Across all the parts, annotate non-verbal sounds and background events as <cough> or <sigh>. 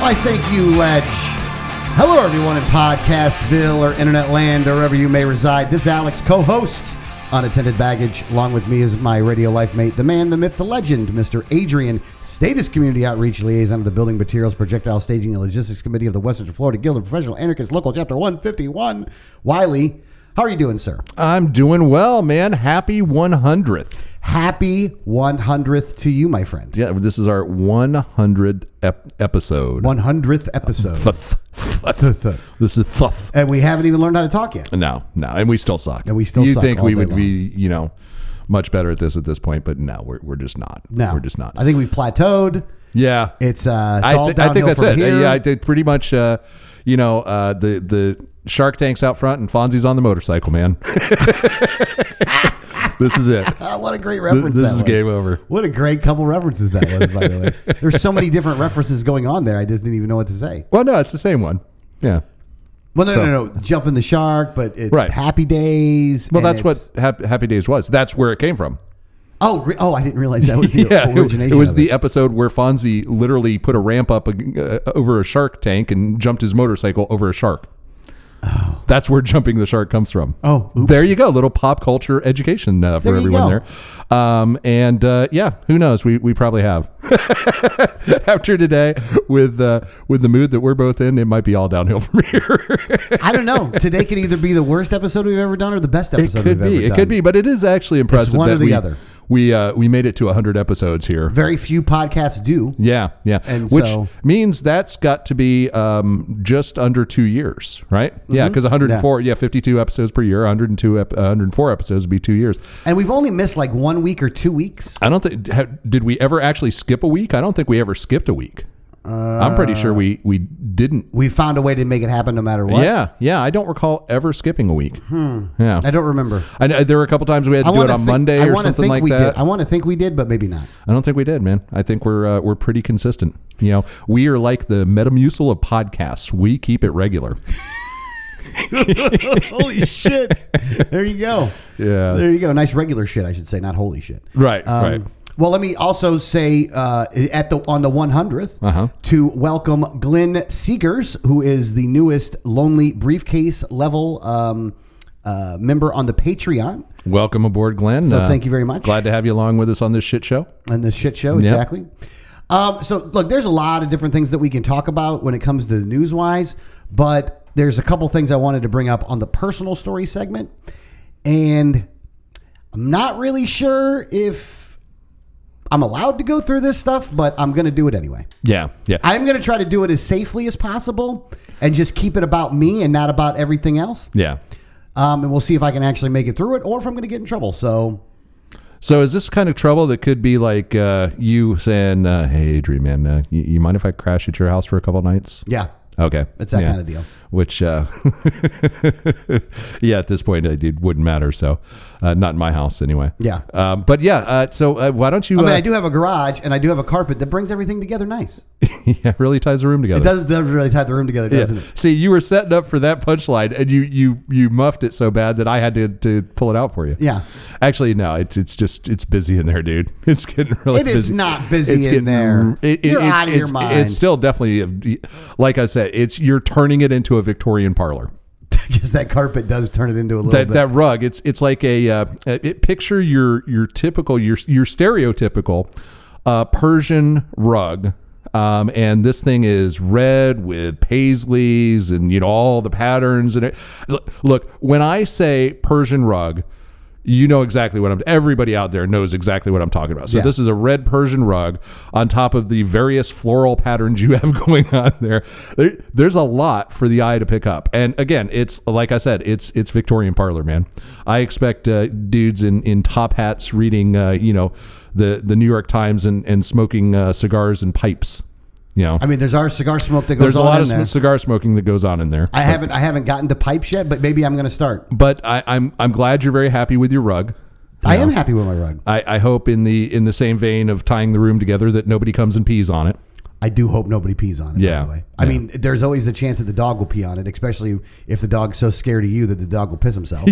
I thank you, Ledge. Hello, everyone in Podcastville or Internet land, or wherever you may reside. This is Alex, co host, Unattended Baggage. Along with me is my radio life mate, the man, the myth, the legend, Mr. Adrian, Status Community Outreach Liaison of the Building Materials, Projectile Staging, and Logistics Committee of the Western Florida Guild of Professional Anarchists, Local Chapter 151. Wiley, how are you doing, sir? I'm doing well, man. Happy 100th. Happy 100th to you, my friend. Yeah, this is our 100 ep- episode. 100th episode. Thuth, thuth. This is thuff. And we haven't even learned how to talk yet. No, no, and we still suck. And we still You suck think all we day would long. be, you know, much better at this at this point, but no, we're, we're just not. No, we're just not. I think we've plateaued. yeah, It's, uh, it's I, all thi- I downhill think that's from it. here. Yeah, I did pretty much. Uh, you know, uh, the the Shark Tank's out front, and Fonzie's on the motorcycle, man. <laughs> this is it. Ah, what a great reference! this that is was. game over. What a great couple references that was, by the way. <laughs> There's so many different references going on there. I just didn't even know what to say. Well, no, it's the same one. Yeah. Well, no, So- no, no, jumping the shark, but it's Right. Happy Days. Well, and that's it's- what Hap- Happy Days was. That's where it came from. Oh, re- oh, I didn't realize that was the <laughs> yeah, it- origination. it was of the episode where Fonzie literally put a ramp up uh, over a shark tank and jumped his motorcycle over a shark. That's where jumping the shark comes from. Oh, oops. there you go. Little pop culture education uh, for There you everyone go. there. Um, and uh, yeah, who knows? We, we probably have <laughs> after today with uh, with the mood that we're both in. It might be all downhill from <laughs> here. I don't know. Today could either be the worst episode we've ever done or the best it episode could we've be. ever It done. could be. But it is actually impressive one or that the we other. we uh, we made it to hundred episodes here. Very few podcasts do. Yeah, yeah. And Which so- means that's got to be um, just under two years, right? Mm-hmm. Yeah, because 104, yeah. 52 episodes per year, 102, ep- 104 episodes would be two years. And we've only missed like one week or two weeks. I don't think, ha- did we ever actually skip a week? I don't think we ever skipped a week. I'm pretty sure we, we didn't. We found a way to make it happen no matter what. Hmm. Yeah, yeah. I don't recall ever skipping a week. Yeah. I don't remember. I know, there were a couple times we had to I do want it to on think- Monday I or wanna something think like we that. Did. I want to think we did, but maybe <laughs> not. I don't think we did, man. I think we're uh, we're pretty consistent. You know, we are like the Metamucil of podcasts. We keep it regular. holy shit! There you go. Yeah. There you go. Nice regular shit, I should say, not holy shit. Um, Right, right. Well, let me also say uh, at the on the 100th Uh-huh. to welcome Glenn Seegers, who is the newest Lonely Briefcase level um, uh, member on the Patreon Welcome aboard, Glenn. Uh, So thank you very much. Glad to have you along with us on this shit show. and the shit show. Yeah. Exactly. Um, so look, there's a lot of different things that we can talk about when it comes to news wise, but there's a couple things I wanted to bring up on the personal story segment, and I'm not really sure if I'm allowed to go through this stuff, but I'm going to do it anyway. Yeah, yeah. I'm going to try to do it as safely as possible and just keep it about me and not about everything else. yeah. Um, and we'll see if I can actually make it through it or if I'm going to get in trouble. So So is this kind of trouble that could be like uh, you saying, uh, "Hey, Adrian, man, uh, you, you mind if I crash at your house for a couple nights?" yeah, Okay, It's that Yeah. kind of deal. Which, uh, <laughs> yeah, at this point, it, it wouldn't matter. So, uh, not in my house anyway. Yeah. Um, but yeah. Uh, so uh, why don't you? I mean, uh, I do have a garage and I do have a carpet that brings everything together nice. <laughs> yeah, really ties the room together. It does, does really tie the room together, Yeah. doesn't it? See, you were setting up for that punchline, and you you you muffed it so bad that I had to, to pull it out for you. <laughs> Yeah. Actually, no. It's it's just it's busy in there, dude. <laughs> It's getting really. It is busy. not busy It's in there. It, it, You're it- out of your it's- mind. It's still definitely, like I said, it's you're turning it into a Victorian parlor. Because that carpet does turn it into a little That bit. that rug. It's it's like a uh, it, picture your your typical your your stereotypical uh, Persian rug. Um, and this thing is red with paisleys and you know all the patterns and it. Look- Look, when I say Persian rug, you know exactly what I'm. Everybody out there knows exactly what I'm talking about. So Yeah. this is a red Persian rug on top of the various floral patterns you <laughs> have going on there. there. There's a lot for the eye to pick up. And again, it's like I said, it's it's Victorian parlor, man. I expect uh, dudes in in top hats reading, uh, you know, the the New York Times and and smoking uh, cigars and pipes. You know, I mean, there's our cigar smoke that goes there's a on lot in of sm- there. cigar smoking that goes on in there. I haven't I haven't gotten to pipes yet, but maybe I'm going to start. but I, I'm I'm glad you're very happy with your rug. I am happy with my rug. I, I hope in the in the same vein of tying the room together that nobody comes and pees on it. I do hope nobody pees on it. Yeah. By the way. I Yeah. mean, there's always the chance that the dog will pee on it, especially if the dog's so scared of you that the dog will piss <laughs> himself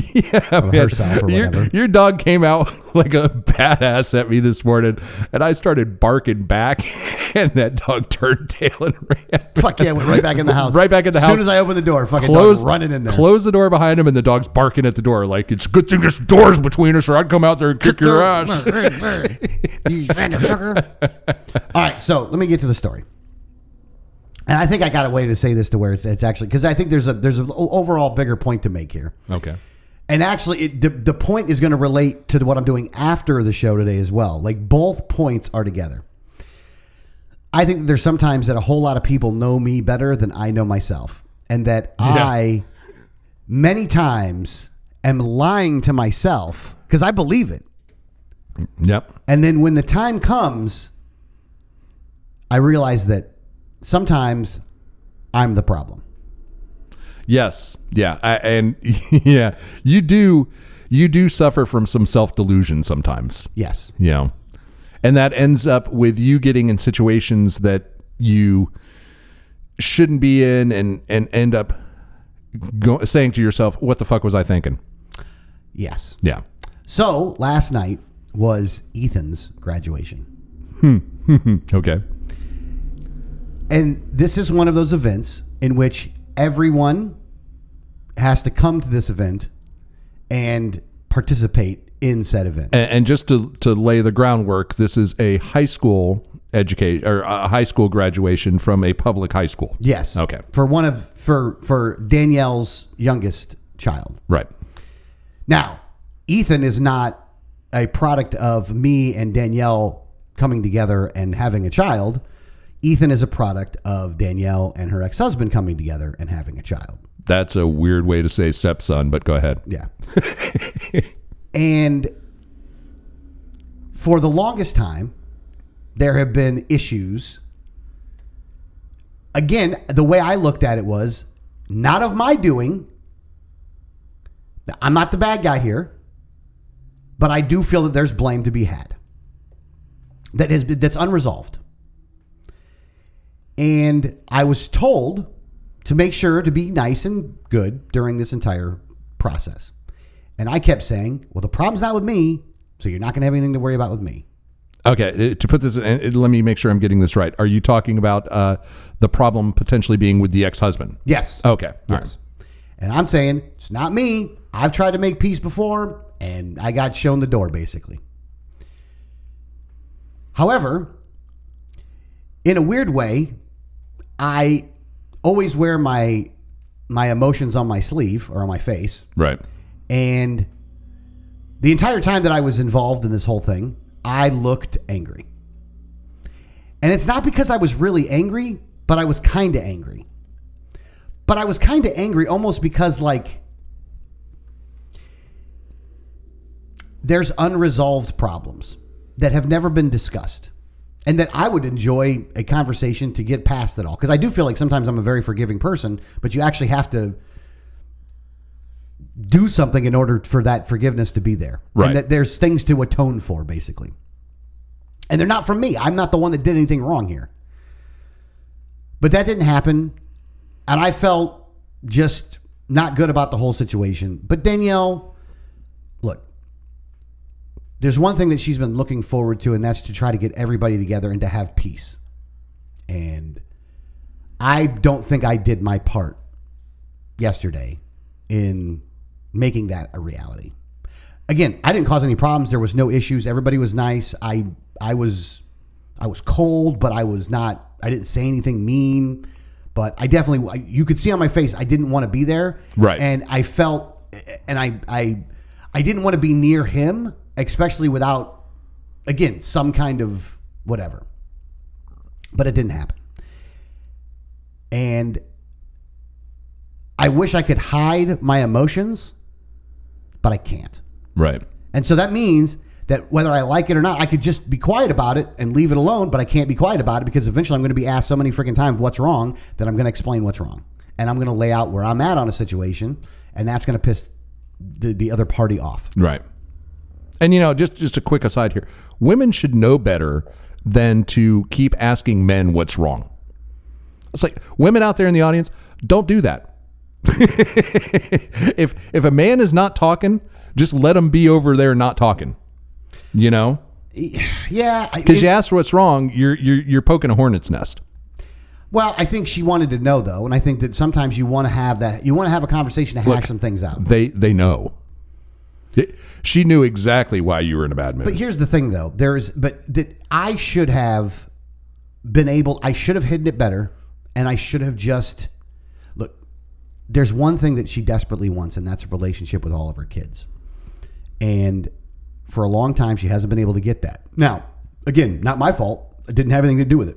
or herself or <laughs> <laughs> your, whatever. your dog came out <laughs> like a badass at me this morning, and I started barking back, <laughs> and that dog turned tail and ran. Fuck yeah! Went <laughs> right back in the house. Right back in the As house. soon as I open the door, fucking Close dog running in there. Close the door behind him, and the dog's barking at the door like it's a good thing there's doors between us, or I'd come out there and kick your ass. <laughs> you random fucker. <laughs> All right, so let me get to the story. And I think I got a way to say this to where it's, it's actually because I think there's a there's an overall bigger point to make here. Okay. And actually, it, the, the point is going to relate to what I'm doing after the show today as well. Like, both points are together. I think that there's sometimes that a whole lot of people know me better than I know myself. And that I, many times, am lying to myself because I believe it. Yep. And then when the time comes, I realize that sometimes I'm the problem. Yes. Yeah. I, and <laughs> yeah, you do. You do suffer from some self delusion sometimes. Yes. you know and that ends up with you getting in situations that you shouldn't be in and and end up go, saying to yourself what the fuck was i thinking Yes. yeah So last night was Ethan's graduation. okay And this is one of those events in which everyone has to come to this event and participate in said event. and, and just to to lay the groundwork this is a high school education or a high school graduation from a public high school Yes. Okay. For one of for for Danielle's youngest child. right Now, Ethan is not a product of me and Danielle coming together and having a child. Ethan is a product of Danielle and her ex-husband coming together and having a child. that's a weird way to say stepson but go ahead Yeah. <laughs> and for the longest time, there have been issues. Again, the way I looked at it was not of my doing. I'm not the bad guy here, but I do feel that there's blame to be had that has been, that's unresolved. And I was told to make sure to be nice and good during this entire process. And I kept saying, well, the problem's not with me, so you're not going to have anything to worry about with me. okay uh, to put this in, let me make sure i'm getting this right are you talking about uh, the problem potentially being with the ex-husband Yes. okay all right. Yes. And I'm saying, it's not me. I've tried to make peace before, and I got shown the door, basically. However, in a weird way, I always wear my my emotions on my sleeve or on my face. Right. And the entire time that I was involved in this whole thing, I looked angry. And it's not because I was really angry, but I was kind of angry. But I was kind of angry almost because, like, there's unresolved problems that have never been discussed. And that I would enjoy a conversation to get past it all. Because I do feel like sometimes I'm a very forgiving person, but you actually have to do something in order for that forgiveness to be there. Right. And that there's things to atone for, basically. And they're not from me. I'm not the one that did anything wrong here. But that didn't happen. And I felt just not good about the whole situation. But Danielle, look, there's one thing that she's been looking forward to, and that's to try to get everybody together and to have peace. And I don't think I did my part yesterday in making that a reality. Again, I didn't cause any problems. There was no issues. Everybody was nice. I I was I was cold, but I was not. I didn't say anything mean, but I definitely you could see on my face I didn't want to be there. Right. And I felt and I I I didn't want to be near him, especially without again some kind of whatever. But it didn't happen. And I wish I could hide my emotions, but I can't. Right. And so that means that whether I like it or not, I could just be quiet about it and leave it alone, but I can't be quiet about it because eventually I'm going to be asked so many freaking times what's wrong that I'm going to explain what's wrong. And I'm going to lay out where I'm at on a situation, and that's going to piss the, the other party off. <sighs> Right. And you know, just just a quick aside here. Women should know better than to keep asking men what's wrong. It's like women out there in the audience, don't do that. <laughs> if if a man is not talking, just let him be over there not talking. You know? Yeah. I- Because you ask what's wrong, you're you're you're poking a hornet's nest. Well, I think she wanted to know though, and I think that sometimes you want to have that. You want to have a conversation to hash some things out. They they know. She knew exactly why you were in a bad mood. But here's the thing though, there's but that I should have been able. I should have hidden it better, and I should have just look. There's one thing that she desperately wants, and that's a relationship with all of her kids. And for a long time, she hasn't been able to get that. Now, again, not my fault. I didn't have anything to do with it.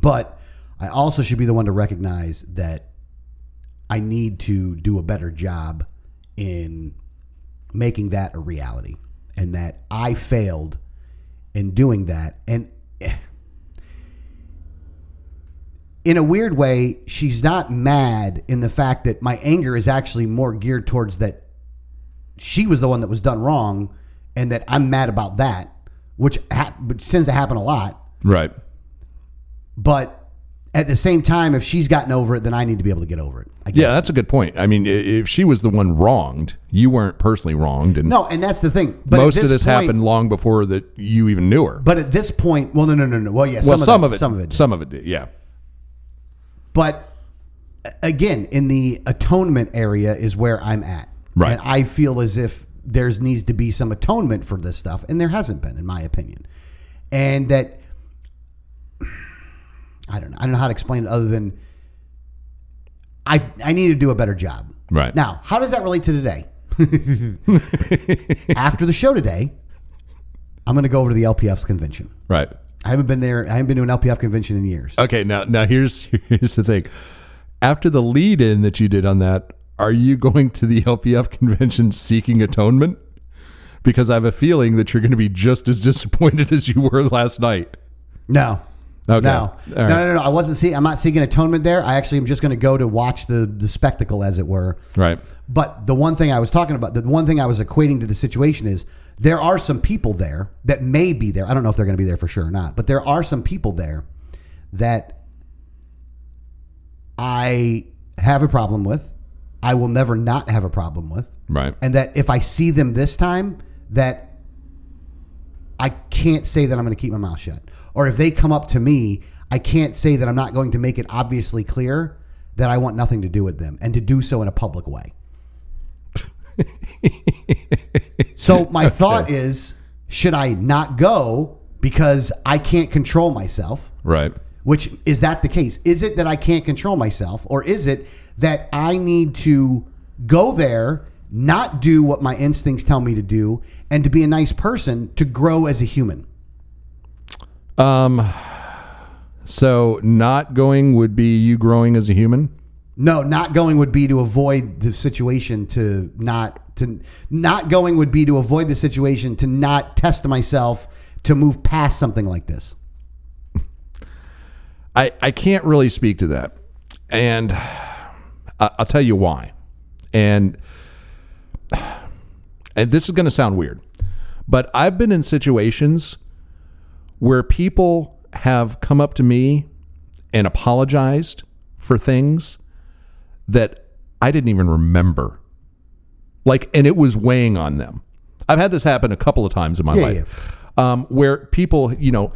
But I also should be the one to recognize that I need to do a better job in making that a reality and that I failed in doing that. And eh, in a weird way, she's not mad in the fact that my anger is actually more geared towards that she was the one that was done wrong and that I'm mad about that, which, ha- which tends to happen a lot. right. But at the same time, if she's gotten over it, then I need to be able to get over it. I guess. Yeah, that's a good point. I mean, i- if she was the one wronged, you weren't personally wronged, and No, and that's the thing. But at most of this point- happened long before that you even knew her. But at this point, well, no, no, no, no. Well, yeah, well, some, of, it, some of it, some of it, did, yeah, But a- again, in the atonement area is where I'm at, Right. And I feel as if there's needs to be some atonement for this stuff, and there hasn't been, in my opinion. And that I don't know. I don't know how to explain it other than I I need to do a better job. Right. now, how does that relate to today? <laughs> After the show today, I'm going to go over to the LPF's convention. right. I haven't been there. I haven't been to an LPF convention in years. Okay, now now here's <laughs> here's the thing. After the lead in that you did on that, are you going to the LPF convention seeking atonement? Because I have a feeling that you're going to be just as disappointed as you were last night. No. Okay. No. All no, right. no, no, no. I wasn't seeing. I'm not seeking atonement there. I actually am just going to go to watch the the spectacle, as it were. Right. But the one thing I was talking about, the one thing I was equating to the situation is there are some people there that may be there. I don't know if they're going to be there for sure or not, but there are some people there that I have a problem with. I will never not have a problem with Right. <laughs> and that if I see them this time, that I can't say that I'm going to keep my mouth shut. Or if they come up to me, I can't say that I'm not going to make it obviously clear that I want nothing to do with them and to do so in a public way. so my thought is should I not go because I can't control myself? right. Which is that the case? Is it that I can't control myself, or is it that I need to go there, not do what my instincts tell me to do, and to be a nice person to grow as a human? Um. So not going would be you growing as a human. No, not going would be to avoid the situation to not to not going would be to avoid the situation to not test myself to move past something like this. I, I can't really speak to that. And I, I'll tell you why. And, <sighs> and this is going to sound weird, but I've been in situations where people have come up to me and apologized for things that I didn't even remember. Like, and it was weighing on them. I've had this happen a couple of times in my Yeah, life Um, where people, you know,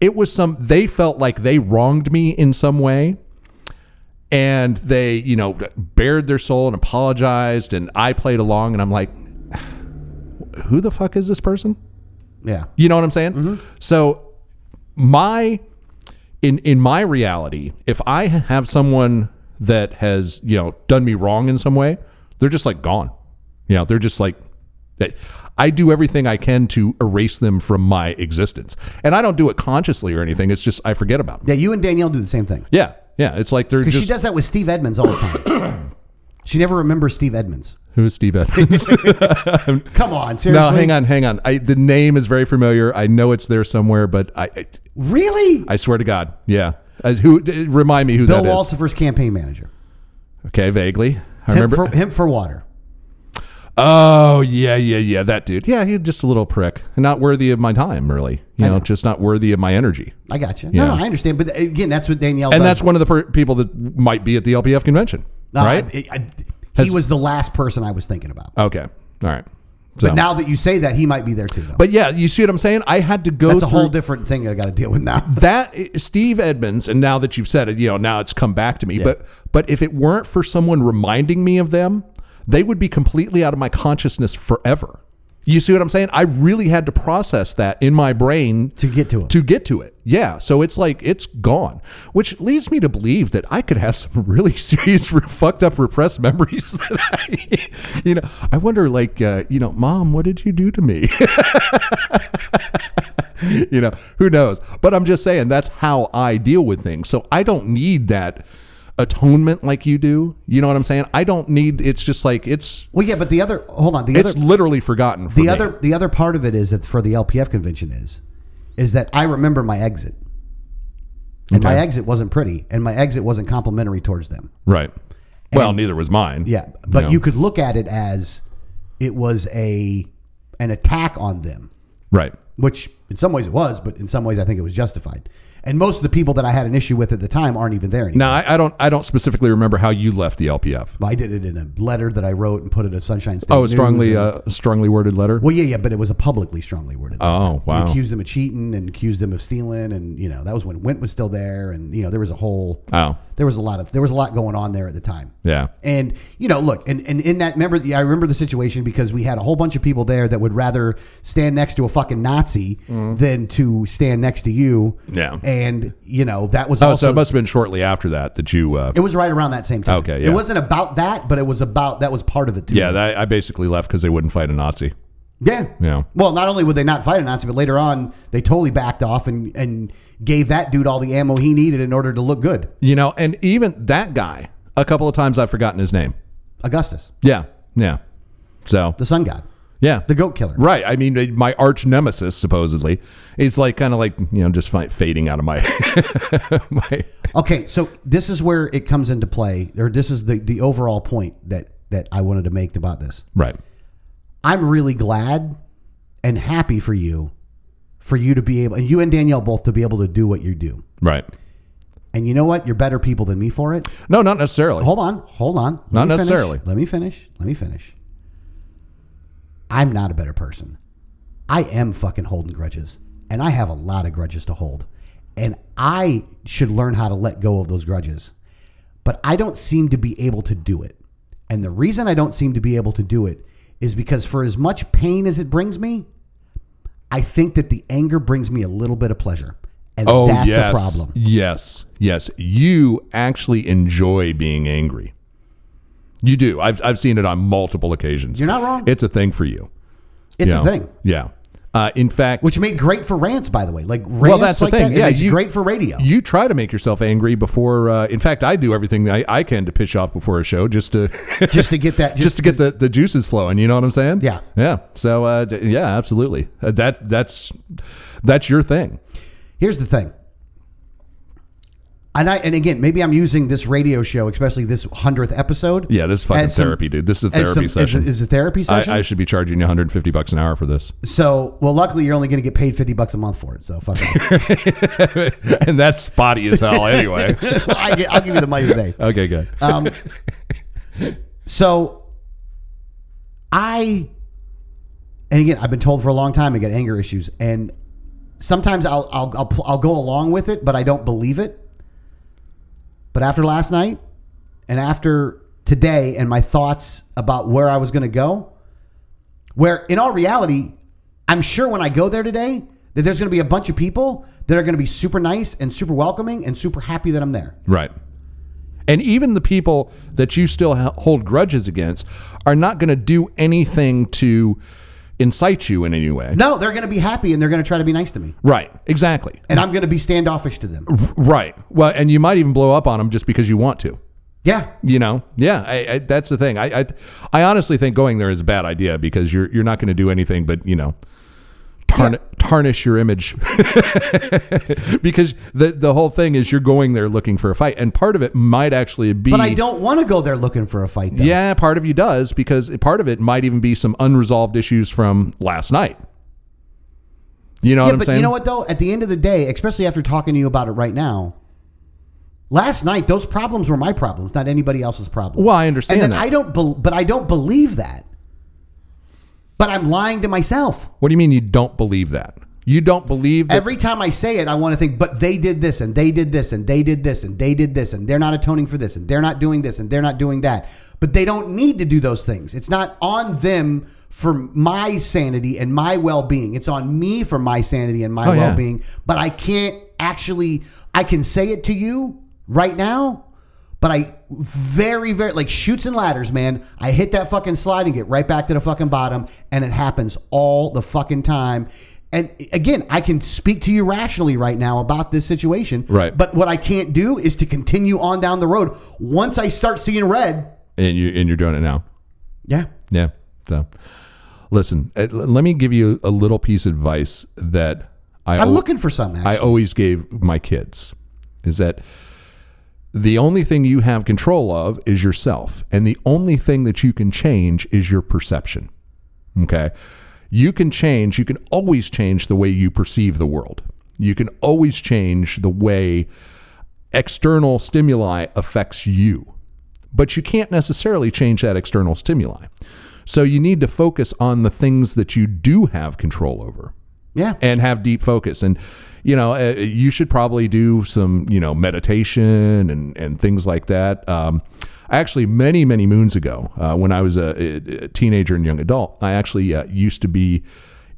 it was some, they felt like they wronged me in some way. And they, you know, bared their soul and apologized. And I played along and I'm like, <sighs> who the fuck is this person? Yeah. You know what I'm saying? Mm-hmm. So my in in my reality, if I have someone that has, you know, done me wrong in some way, they're just like gone. You know, they're just like eh, I do everything I can to erase them from my existence. And I don't do it consciously or anything. It's just I forget about them. Yeah, you and Danielle do the same thing. Yeah. Yeah, it's like they're Because just <coughs> she does that with Steve Edmonds all the time. she never remembers Steve Edmonds. Who is <laughs> Steve <laughs> Edmonds? Come on, seriously. no, hang on, hang on. I, the name is very familiar. I know it's there somewhere, but I, I, Really? I swear to God, yeah. Uh, who d- remind me who Bill that is? Walsifer's campaign manager. Okay, vaguely. I Hemp remember. for, hemp for water. oh yeah, yeah, yeah. That dude. Yeah, he's just a little prick, not worthy of my time, really. You know, just not worthy of my energy. I got you. No, Yeah. no, I understand. But uh, again, that's what Danielle And does. that's one of the per- people that might be at the LPF convention, No, right? I- I- he Has- was the last person I was thinking about. okay, all right. So, but now that you say that, he might be there too. Though. but yeah, you see what I'm saying? I had to go that's a through whole different thing I got to deal with <laughs> now. that eh, Steve Edmonds, and now that you've said it, you know, now it's come back to me. But but if it weren't for someone reminding me of them, they would be completely out of my consciousness forever. You see what I'm saying? I really had to process that in my brain To get to him. to get to it. Yeah. So it's like it's gone, which leads me to believe that I could have <laughs> some really serious re- fucked up repressed memories <laughs> that I, you know, I wonder like, uh, you know, mom, what did you do to me? <laughs> you know, who knows? But I'm just saying that's how I deal with things. So I don't need that atonement like you do. You know what I'm saying? I don't need it's just like it's Well, yeah, but the other hold on the it's other literally forgotten for the me. other the other part of it is that for the LPF convention is is that I remember my exit, and my Okay. exit wasn't pretty, and my exit wasn't complimentary towards them. Right. Well, neither was mine. Yeah, but No. you could look at it as it was a an attack on them, Right. which in some ways it was, but in some ways I think it was justified. And most of the people that I had an issue with at the time aren't even there anymore. Now I, I don't I don't specifically remember how you left the LPF. I did it in a letter that I wrote and put it at Sunshine State. Oh, a News strongly and- uh, strongly worded letter. well, yeah, yeah, but it was a publicly strongly worded. letter. Oh, And wow. accused them of cheating and accused them of stealing, and you know that was when Wint was still there, and you know there was a whole, Oh, there was a lot of there was a lot going on there at the time. yeah. And you know, look, and, and in that remember, I remember the situation because we had a whole bunch of people there that would rather stand next to a fucking Nazi than to stand next to you. Mm-hmm. Yeah. and you know that was Oh, also so it must have been shortly after that that you. Uh, it was right around that same time. Okay, yeah. it wasn't about that, but it was about that was part of it too. yeah, that, I basically left because they wouldn't fight a Nazi. yeah, Yeah. Well, not only would they not fight a Nazi, but later on they totally backed off and and gave that dude all the ammo he needed in order to look good. You know, and even that guy. A couple of times I've forgotten his name. Augustus, Yeah, yeah. So the sun god, yeah, the goat killer. right. I mean, my arch nemesis supposedly is like kind of like you know just fi- fading out of my <laughs> my. Okay, so this is where it comes into play, or this is the, the overall point that, that I wanted to make about this. Right. I'm really glad and happy for you, for you to be able, and you and Danielle both to be able to do what you do. Right. And you know what? You're better people than me for it. No, not necessarily. Hold on, hold on. Let Not me finish. necessarily. Let me finish. Let me finish. I'm not a better person. I am fucking holding grudges, and I have a lot of grudges to hold, and I should learn how to let go of those grudges. But I don't seem to be able to do it, and the reason I don't seem to be able to do it is because for as much pain as it brings me, I think that the anger brings me a little bit of pleasure, and Oh, that's yes. a problem. Yes, yes. You actually enjoy being angry. You do. I've, I've seen it on multiple occasions. You're not wrong. It's a thing for you. It's Yeah. a thing. Yeah. Uh, in fact, which made great for rants, by the way. Like rants that's the like thing. that, it Yeah, makes you- great for radio. you try to make yourself angry before. Uh, in fact, I do everything I, I can to piss you off before a show just to <laughs> just to <laughs> get that, just to get the, the juices flowing. You know what I'm saying? Yeah. Yeah. So uh, d- yeah, absolutely. Uh, that that's that's your thing. Here's the thing. And I and again, maybe I'm using this radio show, especially this hundredth episode. Yeah, this is fucking as some- therapy, dude. This is a as therapy some- as session. a- Is a therapy session. I, I should be charging you 150 bucks an hour for this. <laughs> so, well, luckily, you're only going to get paid fifty bucks a month for it. So, fuck <laughs> it. and that's spotty as hell anyway. I, gi- I'll give you the money today. <laughs> okay, good. Um, so I, and again, I've been told for a long time I get anger issues, and sometimes I'll I'll I'll, pl- I'll go along with it, but I don't believe it. But after last night, and after today, and my thoughts about where I was going to go, where in all reality, I'm sure when I go there today that there's going to be a bunch of people that are going to be super nice and super welcoming and super happy that I'm there. right. And even the people that you still ha- hold grudges against are not going to do anything to incite you in any way. No, they're going to be happy and they're going to try to be nice to me. Right. Exactly. And I'm going to be standoffish to them. Right. Well, and you might even blow up on them just because you want to. Yeah. You know, yeah, I, I, that's the thing. I, I, I honestly think going there is a bad idea because you're you're not going to do anything but you know, tarn- tarnish your image <laughs> because the the whole thing is you're going there looking for a fight, and part of it might actually be. But I don't want to go there looking for a fight. Though. Yeah, part of you does because part of it might even be some unresolved issues from last night. You know Yeah, what I'm but saying? you know what though? At the end of the day, especially after talking to you about it right now, last night those problems were my problems, not anybody else's problems. Well, I understand and then that. I don't, bel but I don't believe that. But I'm lying to myself. What do you mean you don't believe that? You don't believe that? Every time I say it, I want to think, but they did this and they did this and they did this and they did this and they're not atoning for this and they're not doing this and they're not doing that. But they don't need to do those things. It's not on them for my sanity and my well being. It's on me for my sanity and my Oh, yeah. well being. But I can't actually, I can say it to you right now. But I very, very like shoots and ladders, man. I hit that fucking slide and get right back to the fucking bottom, and it happens all the fucking time. And again, I can speak to you rationally right now about this situation. Right. But what I can't do is to continue on down the road. Once I start seeing red, and you and you're doing it now. yeah. Yeah. So, listen. uh, l- Let me give you a little piece of advice that I I'm al- looking for some Oh. I action. always gave my kids is that the only thing you have control of is yourself, and the only thing that you can change is your perception. Okay. You can change, you can always change the way you perceive the world. You can always change the way external stimuli affects you, but you can't necessarily change that external stimuli. So you need to focus on the things that you do have control over yeah. and have deep focus and you know uh, you should probably do some you know meditation and and things like that um actually many many moons ago uh, when i was a, a teenager and young adult i actually uh, used to be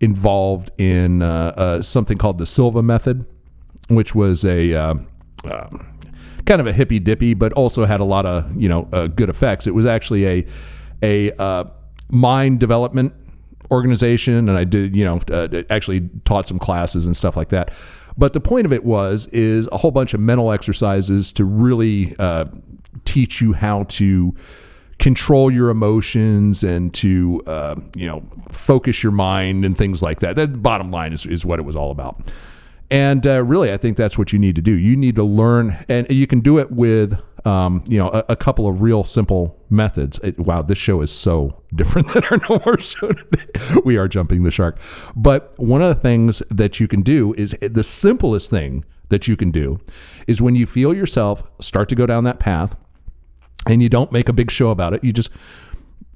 involved in uh, uh, something called the silva method which was a uh, uh, kind of a hippy dippy, but also had a lot of you know uh, good effects. It was actually a a uh, mind development organization, and I did you know uh, actually taught some classes and stuff like that. But the point of it was is a whole bunch of mental exercises to really uh, teach you how to control your emotions and to uh, you know focus your mind and things like that. That bottom line is, is what it was all about. And uh, really, I think that's what you need to do. You need to learn, and you can do it with um, you know a, a couple of real simple methods. It- wow, this show is so <laughs> different than our normal <laughs> show today. We are jumping the shark. But one of the things that you can do is the simplest thing that you can do is when you feel yourself start to go down that path and you don't make a big show about it. You just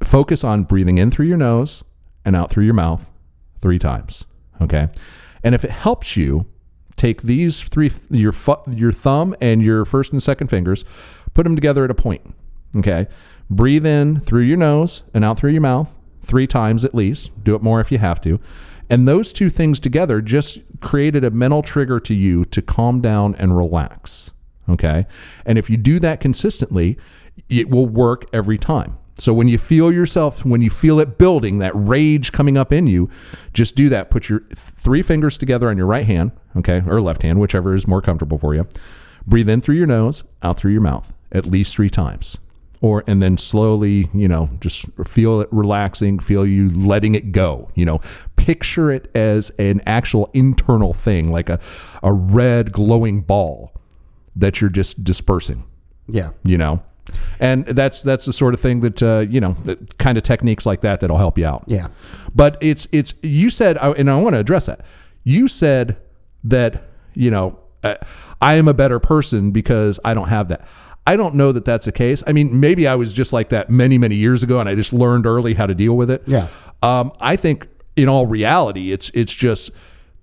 focus on breathing in through your nose and out through your mouth three times. Okay. And if it helps you, take these three your fu- your thumb and your first and second fingers, put them together at a point. Okay. Breathe in through your nose and out through your mouth three times at least. Do it more if you have to. And those two things together just created a mental trigger to you to calm down and relax. Okay. And if you do that consistently, it will work every time. So when you feel yourself, when you feel it building, that rage coming up in you, just do that. Put your th- three fingers together on your right hand, okay, or left hand, whichever is more comfortable for you. Breathe in through your nose, out through your mouth, at least three times. Or, and then slowly, you know, just feel it relaxing, feel you letting it go. You know, picture it as an actual internal thing, like a, a red glowing ball that you're just dispersing yeah. you know and that's that's the sort of thing that uh, you know that kind of techniques like that that'll help you out Yeah. but it's it's you said I- and i want to address that you said that you know uh, i am a better person because i don't have that i don't know that that's the case i mean maybe i was just like that many many years ago and i just learned early how to deal with it Yeah. um, i think in all reality it's it's just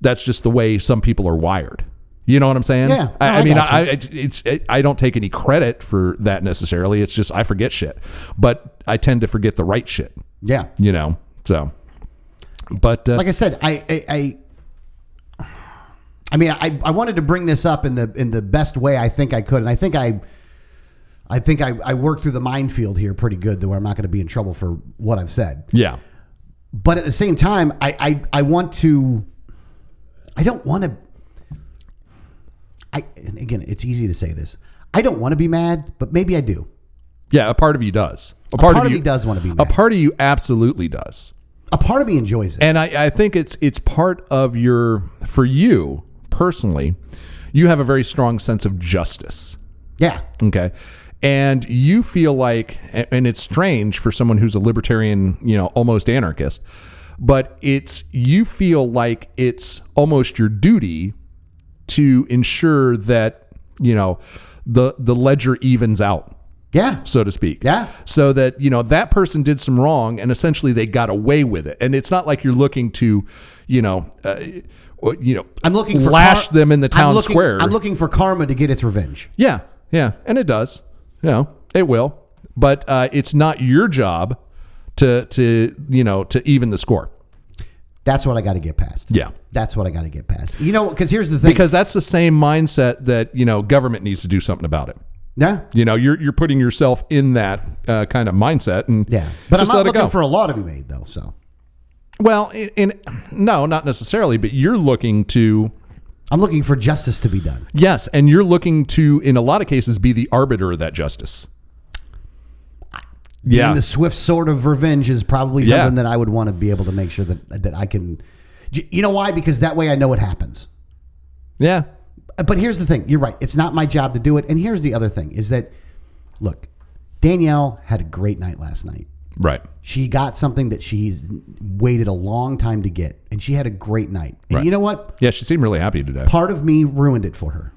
that's just the way some people are wired you know what i'm saying Yeah. i, No, I I mean gotcha. I, I it's it, I don't take any credit for that necessarily. It's just I forget shit, but I tend to forget the right shit, Yeah. you know. So, but uh, like I said, I I, I I mean, I, I wanted to bring this up in the in the best way I think I could, and I think I I think I, I worked through the minefield here pretty good, to where I'm not going to be in trouble for what I've said. yeah, But at the same time, I I, I want to I don't want to. I and again, it's easy to say this. I don't want to be mad, but maybe I do. Yeah, a part of you does. A part, part, of you me does want to be A mad. part of you absolutely does. a part of me enjoys it. And I, I think it's it's part of your for you personally, you have a very strong sense of justice. Yeah. Okay. And you feel like, and it's strange for someone who's a libertarian, you know, almost anarchist, but it's, you feel like it's almost your duty to ensure that, you know, the, the ledger evens out, Yeah. so to speak. Yeah. So that, you know, that person did some wrong and essentially they got away with it. And it's not like you're looking to, you know, uh, or, you know, I'm looking for lash kar- them in the I'm town looking- square. I'm looking for karma to get its revenge. Yeah, yeah, and it does. You know, it will, but uh, it's not your job to to you know to even the score. That's what I got to get past. Yeah, That's what I got to get past. You know, because here's the thing. because that's the same mindset that you know government needs to do something about it. yeah. You know, you're you're putting yourself in that uh, kind of mindset, and Yeah. But just I'm not let it looking go. for a law to be made, though. So well, in, in no, not necessarily, but you're looking to I'm looking for justice to be done. yes, and you're looking to in a lot of cases be the arbiter of that justice. Yeah, And the swift sword of revenge is probably Yeah. something that I would want to be able to make sure that, that I can. J- You know why? Because that way I know what happens. Uh, yeah, But here's the thing. You're right. It's not my job to do it. And here's the other thing is that, look, Danielle had a great night last night. right, She got something that she's waited a long time to get, and she had a great night. And Right. you know what? yeah. She seemed really happy today. Part of me ruined it for her.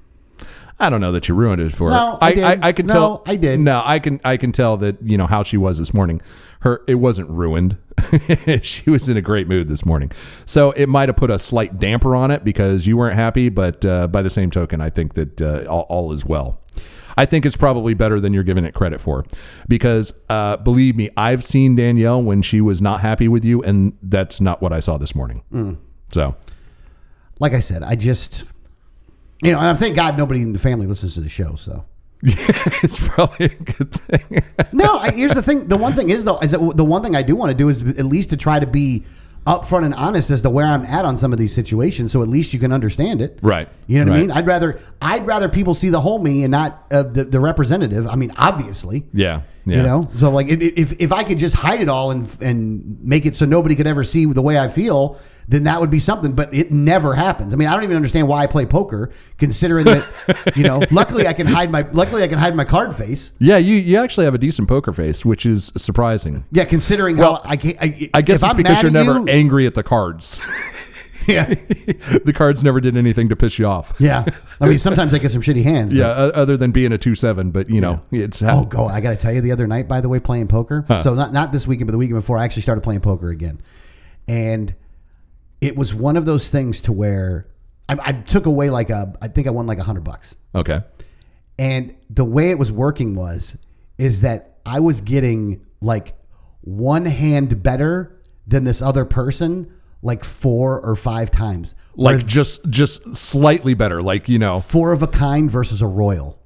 I don't know that you ruined it for No, her. I did. I, I can No, tell. I did. No, I can. I can tell that you know how she was this morning. Her it wasn't ruined. <laughs> she was in a great mood this morning. So it might have put a slight damper on it because you weren't happy. But uh, by the same token, I think that uh, all, all is well. I think it's probably better than you're giving it credit for, because uh, believe me, I've seen Danielle when she was not happy with you, and that's not what I saw this morning. Mm. So <laughs> Like I said, I just, you know, and I thank God nobody in the family listens to the show. So it's probably a good thing. <laughs> no, I, here's the thing. The one thing is though is that the one thing I do want to do is at least to try to be upfront and honest as to where I'm at on some of these situations. So at least you can understand it. Right. You know what I Right. mean? I'd rather I'd rather people see the whole me and not uh, the, the representative. I mean, obviously. yeah, yeah. You know, so like if, if if I could just hide it all and and make it so nobody could ever see the way I feel, then that would be something. But it never happens. I mean, I don't even understand why I play poker, considering <laughs> that you know. Luckily, I can hide my luckily I can hide my card face. Yeah, you, you actually have a decent poker face, which is surprising. Yeah, considering how I can. I, I if guess it's I'm because mad you're at never you- angry at the cards. <laughs> yeah, the cards never did anything to piss you off. yeah. I mean, sometimes I get some shitty hands. but- <laughs> Yeah, o- other than being a two seven, but you know, it's Oh, happened. go! I got to tell you, the other night, by the way, playing poker. So not not this weekend, but the weekend before, I actually started playing poker again, and it was one of those things to where I, I took away like a, I think I won like a hundred bucks, okay. and the way it was working was, is that I was getting like one hand better than this other person, like four or five times, Like Where just just slightly better. Like, you know four of a kind versus a royal.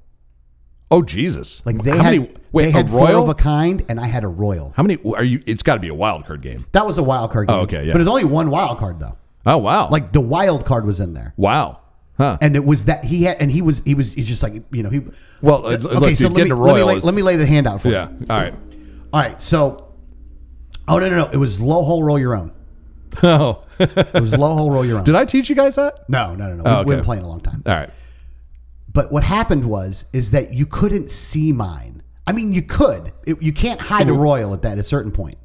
Oh Jesus. Like they how had, many wait, they a had royal? four of a kind, and I had a royal. how many are you it's gotta be a wild card game. That was a wild card game. Oh, okay, yeah. But it's only one wild card though. Oh wow. Like the wild card was in there, wow. Huh. and it was that he had, and he was, he was, he's just like you know he. Well, uh, look, dude, let getting me, a let me royal lay, is- let me lay the hand out for yeah. you. All right. <laughs> All right, so. Oh no no no! It was low hole roll your own. <laughs> Oh. It was low hole roll your own. <laughs> Did I teach you guys that? No no no no. Oh, We've been okay. playing a long time. All right. But what happened was is that you couldn't see mine. I mean, you could. It, you can't hide a royal at that at a certain point.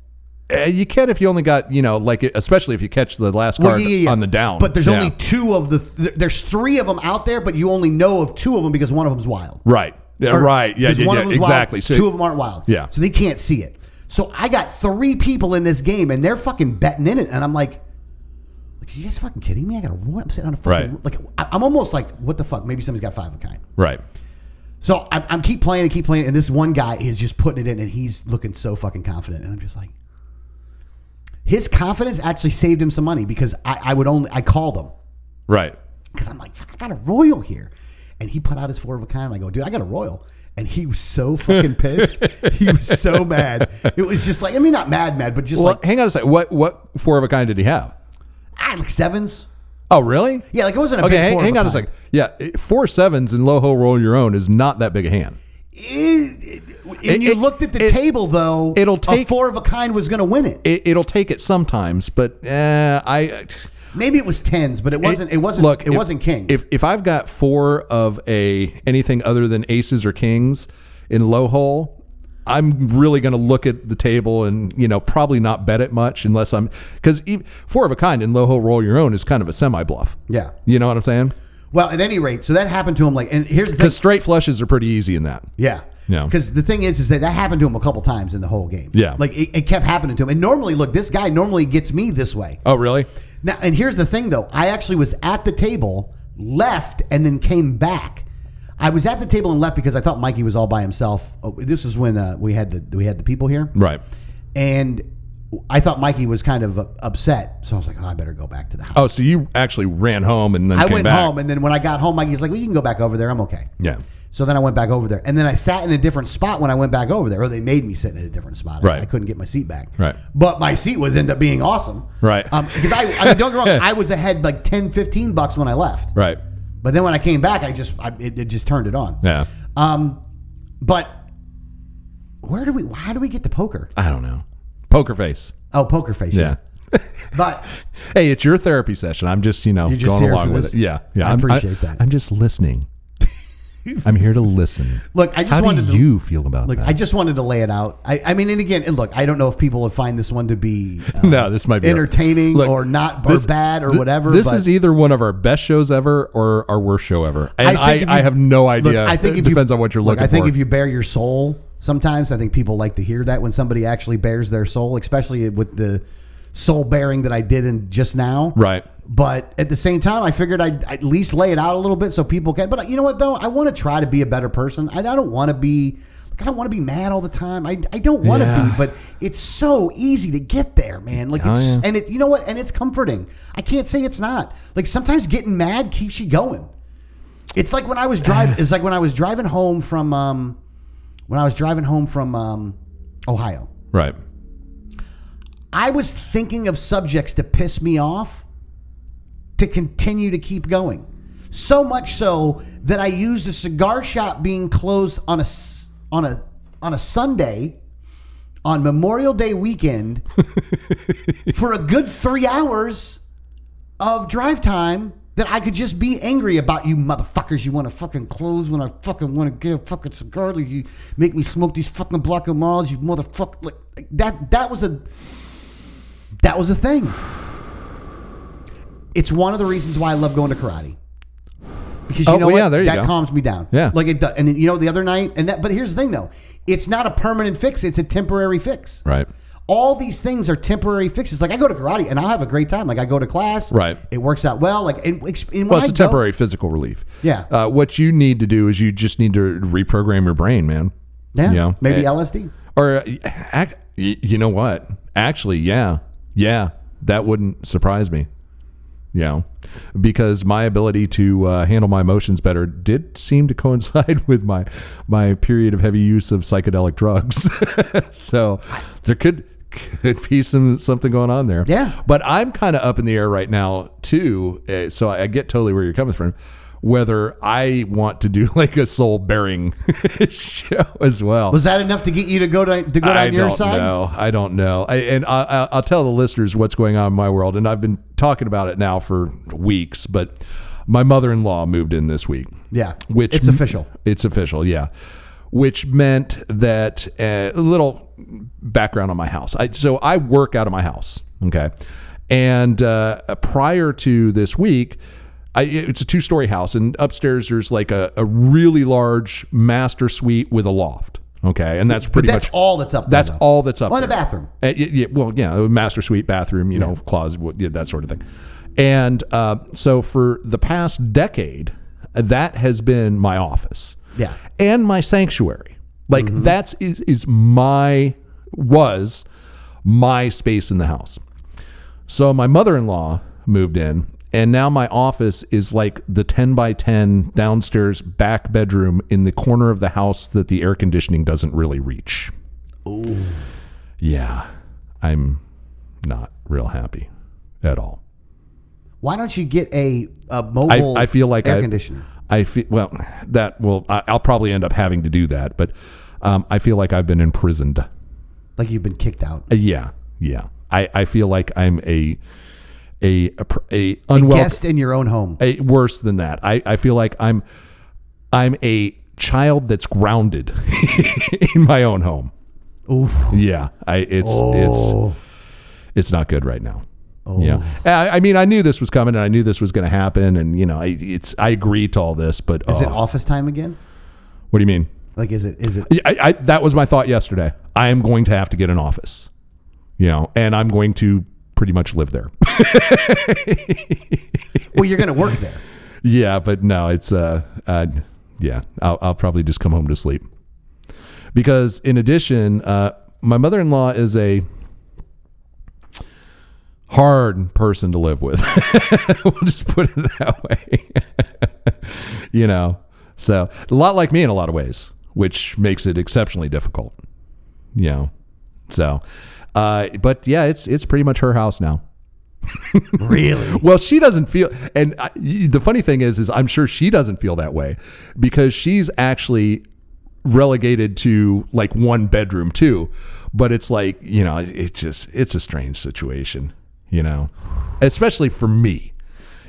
Uh, you can if you only got, you know, like uh, especially if you catch the last card Well, yeah, yeah, yeah. on the down. But there's Yeah. only two of the. th- There's three of them out there, but you only know of two of them because one of them's wild. Right. Yeah, Or- right. Yeah, because yeah, one yeah, of them's exactly. Wild, So- two of them aren't wild. Yeah. So they can't see it. So I got three people in this game, and they're fucking betting in it, and I'm like. Are you guys fucking kidding me? I got a royal. I'm sitting on a fucking Right. like I- I'm almost like what the fuck? Maybe somebody's got five of a kind. Right. So I'm, I'm keep playing and keep playing, and this one guy is just putting it in, and he's looking so fucking confident, and I'm just like, his confidence actually saved him some money because I, I would only I called him Right. because I'm like, fuck, I got a royal here. And he put out his four of a kind. And I go, dude, I got a royal. And he was so fucking <laughs> pissed. he was so mad. It was just like, I mean, not mad, mad, but just Well, like, hang on a second. What what four of a kind did he have? ah, like sevens. Oh, really? Yeah, like it wasn't a Okay, big hang, four of hang on a kind. second. Yeah, it- four sevens in low ho roll your own is not that big a hand. It- it- And It- you it- looked at the it- table, though. it'll a take- four of a kind was going to win it. It, it'll take it sometimes, but uh, I Maybe it was tens, but it wasn't. It, wasn't. Look, it if- wasn't kings. If if I've got four of a anything other than aces or kings in low hole, I'm really going to look at the table and you know probably not bet it much unless I'm because four of a kind in low hole roll your own is kind of a semi bluff. yeah. You know what I'm saying? Well, at any rate, so that happened to him. Like, and here's the thing. Because straight flushes are pretty easy in that. Yeah. Yeah. Because the thing is, is that that happened to him a couple times in the whole game. Yeah. Like it, it kept happening to him. And normally, look, this guy normally gets me this way. Oh, really? Now, and here's the thing though. I actually was at the table, left, and then came back. I was at the table and left because I thought Mikey was all by himself. Oh, this is when uh, we had the we had the people here, Right. and I thought Mikey was kind of uh, upset. So I was like, oh, I better go back to the house. Oh, so you actually ran home and then I came went back. home, and then when I got home, Mikey's like, well, you can go back over there. I'm okay. Yeah. So then I went back over there, and then I sat in a different spot when I went back over there, or they made me sit in a different spot. I- Right. I couldn't get my seat back. Right. But my seat was end up being awesome. Right. Um, because I, I mean, don't <laughs> get me wrong, I was ahead like 10, 15 bucks when I left. Right. But then when I came back, I just I, it, it just turned it on. Yeah. Um, but where do we? How do we get to poker? I don't know. Poker face. Oh, poker face. Yeah. But Hey, it's your therapy session. I'm just, you know, You're just going here along for with this? it. Yeah, yeah. I I'm- appreciate that. I'm <laughs> just listening. I'm here to listen. look, I just How wanted do to you feel about look. that? I just wanted to lay it out. I, I mean, and again, and look, I don't know if people would find this one to be <laughs> uh, no, this might be entertaining Look, or not this- or bad or th- whatever. This but is either one of our best shows ever or our worst show ever, and I, I, think if you- have no look, idea. I think it if depends you, on what you're look, looking I think for. if you bare your soul, sometimes I think people like to hear that when somebody actually bears their soul, especially with the soul bearing that I did in just now. Right. But at the same time, I figured I'd at least lay it out a little bit so people can. But you know what though, I want to try to be a better person. I, I don't want to be. like, I don't want to be mad all the time. I, I don't want to Yeah. be, but it's so easy to get there, man. Like, Oh, it's, yeah. and it, you know what? And it's comforting. I can't say it's not. Like sometimes getting mad keeps you going. It's like when I was driving. It's like when I was driving home from um, when I was driving home from um, Ohio. right. I was thinking of subjects to piss me off to continue to keep going. So much so that I used a cigar shop being closed on a s- on a on a Sunday on Memorial Day <laughs> weekend for a good 3 hours of drive time that I could just be angry about you motherfuckers. You want to fucking close when I fucking want to get a fucking cigar. Like you make me smoke these fucking block of miles. You motherfucker. Like, like that. That was a. That was a thing. It's one of the reasons why I love going to karate. Because you Oh, know well, what? yeah, there you that go. calms me down. Yeah. Like it does. And then, you know the other night and that but here's the thing though. It's not a permanent fix, it's a temporary fix Right. all these things are temporary fixes. Like I go to karate and I'll have a great time. Like I go to class, Right. It works out well. Like and, ex- and when Well, it's I a go- temporary physical relief. Yeah. Uh, what you need to do is you just need to reprogram your brain, man. yeah, you know, maybe eh, LSD. Or uh, ac- y- you know what? Actually, yeah, yeah, that wouldn't surprise me. You know, because my ability to uh, handle my emotions better did seem to <laughs> coincide with my my period of heavy use of psychedelic drugs. <laughs> so there could could be some something going on there. Yeah. But I'm kind of up in the air right now too. eh, So I I get totally where you're coming from. Whether I want to do <laughs> like a soul bearing <laughs> show as well. Was that enough to get you to go to to go down I your don't side? know. I don't know. I, and I, I, I'll tell the listeners what's going on in my world. And I've been talking about it now for weeks. But my mother-in-law moved in this week. Yeah, Which it's official. It's official. Yeah. Which meant that uh, a little background on my house. I, so I work out of my house. Okay. And uh, prior to this week. I, it's a two-story house, and upstairs there's like a, a really large master suite with a loft. Okay, and that's But pretty that's much all that's up. There, that's though. all that's up Well, and a there. bathroom. Uh, y- yeah, well, yeah, a master suite, bathroom, you know, closet, what- yeah, that sort of thing. And uh, so for the past decade, that has been my office. Yeah. Mm-hmm. And my sanctuary. Like that's is, is my was my space in the house. So my mother-in-law moved in and now my office is like the 10 by 10 downstairs back bedroom in the corner of the house that the air conditioning doesn't really reach. Yeah, I'm not real happy at all. Why don't you get a, a I, mobile? I feel like air I, conditioner. I feel well. That will. I, I'll probably end up having to do that, but um, I feel like I've been imprisoned. Like you've been kicked out. Uh, yeah, yeah. I, I feel like I'm a a a, pr- a A unwelcome guest in your own home. a, worse than that. I, I feel like I'm I'm a child that's grounded <laughs> in my own home. Oof. Yeah, I it's it's Oh. it's not good right now. Yeah, I, I mean, I knew this was coming, and I knew this was going to happen, and you know, I, it's I agree to all this, but Is it oh, office time again? what do you mean? Like, is it? <laughs> Is it? Yeah, I, I, that was my thought yesterday. I am going to have to get an office, you know, and I'm going to pretty much live there. Well, you're going to work <laughs> there. Yeah, but no, it's uh, uh yeah, I'll, I'll probably just come home to sleep because in addition, uh, my mother-in-law is a hard person to live with. <laughs> we'll just put it that way, <laughs> you know. So a lot like me in a lot of ways, which makes it exceptionally difficult, you know. So, uh, but yeah, it's it's pretty much her house now. Really? Well, she doesn't feel, and I, y- the funny thing is, is I'm sure she doesn't feel that way because she's actually relegated to like one bedroom too. But it's like you know, it- it just it's a strange situation, you know, especially for me.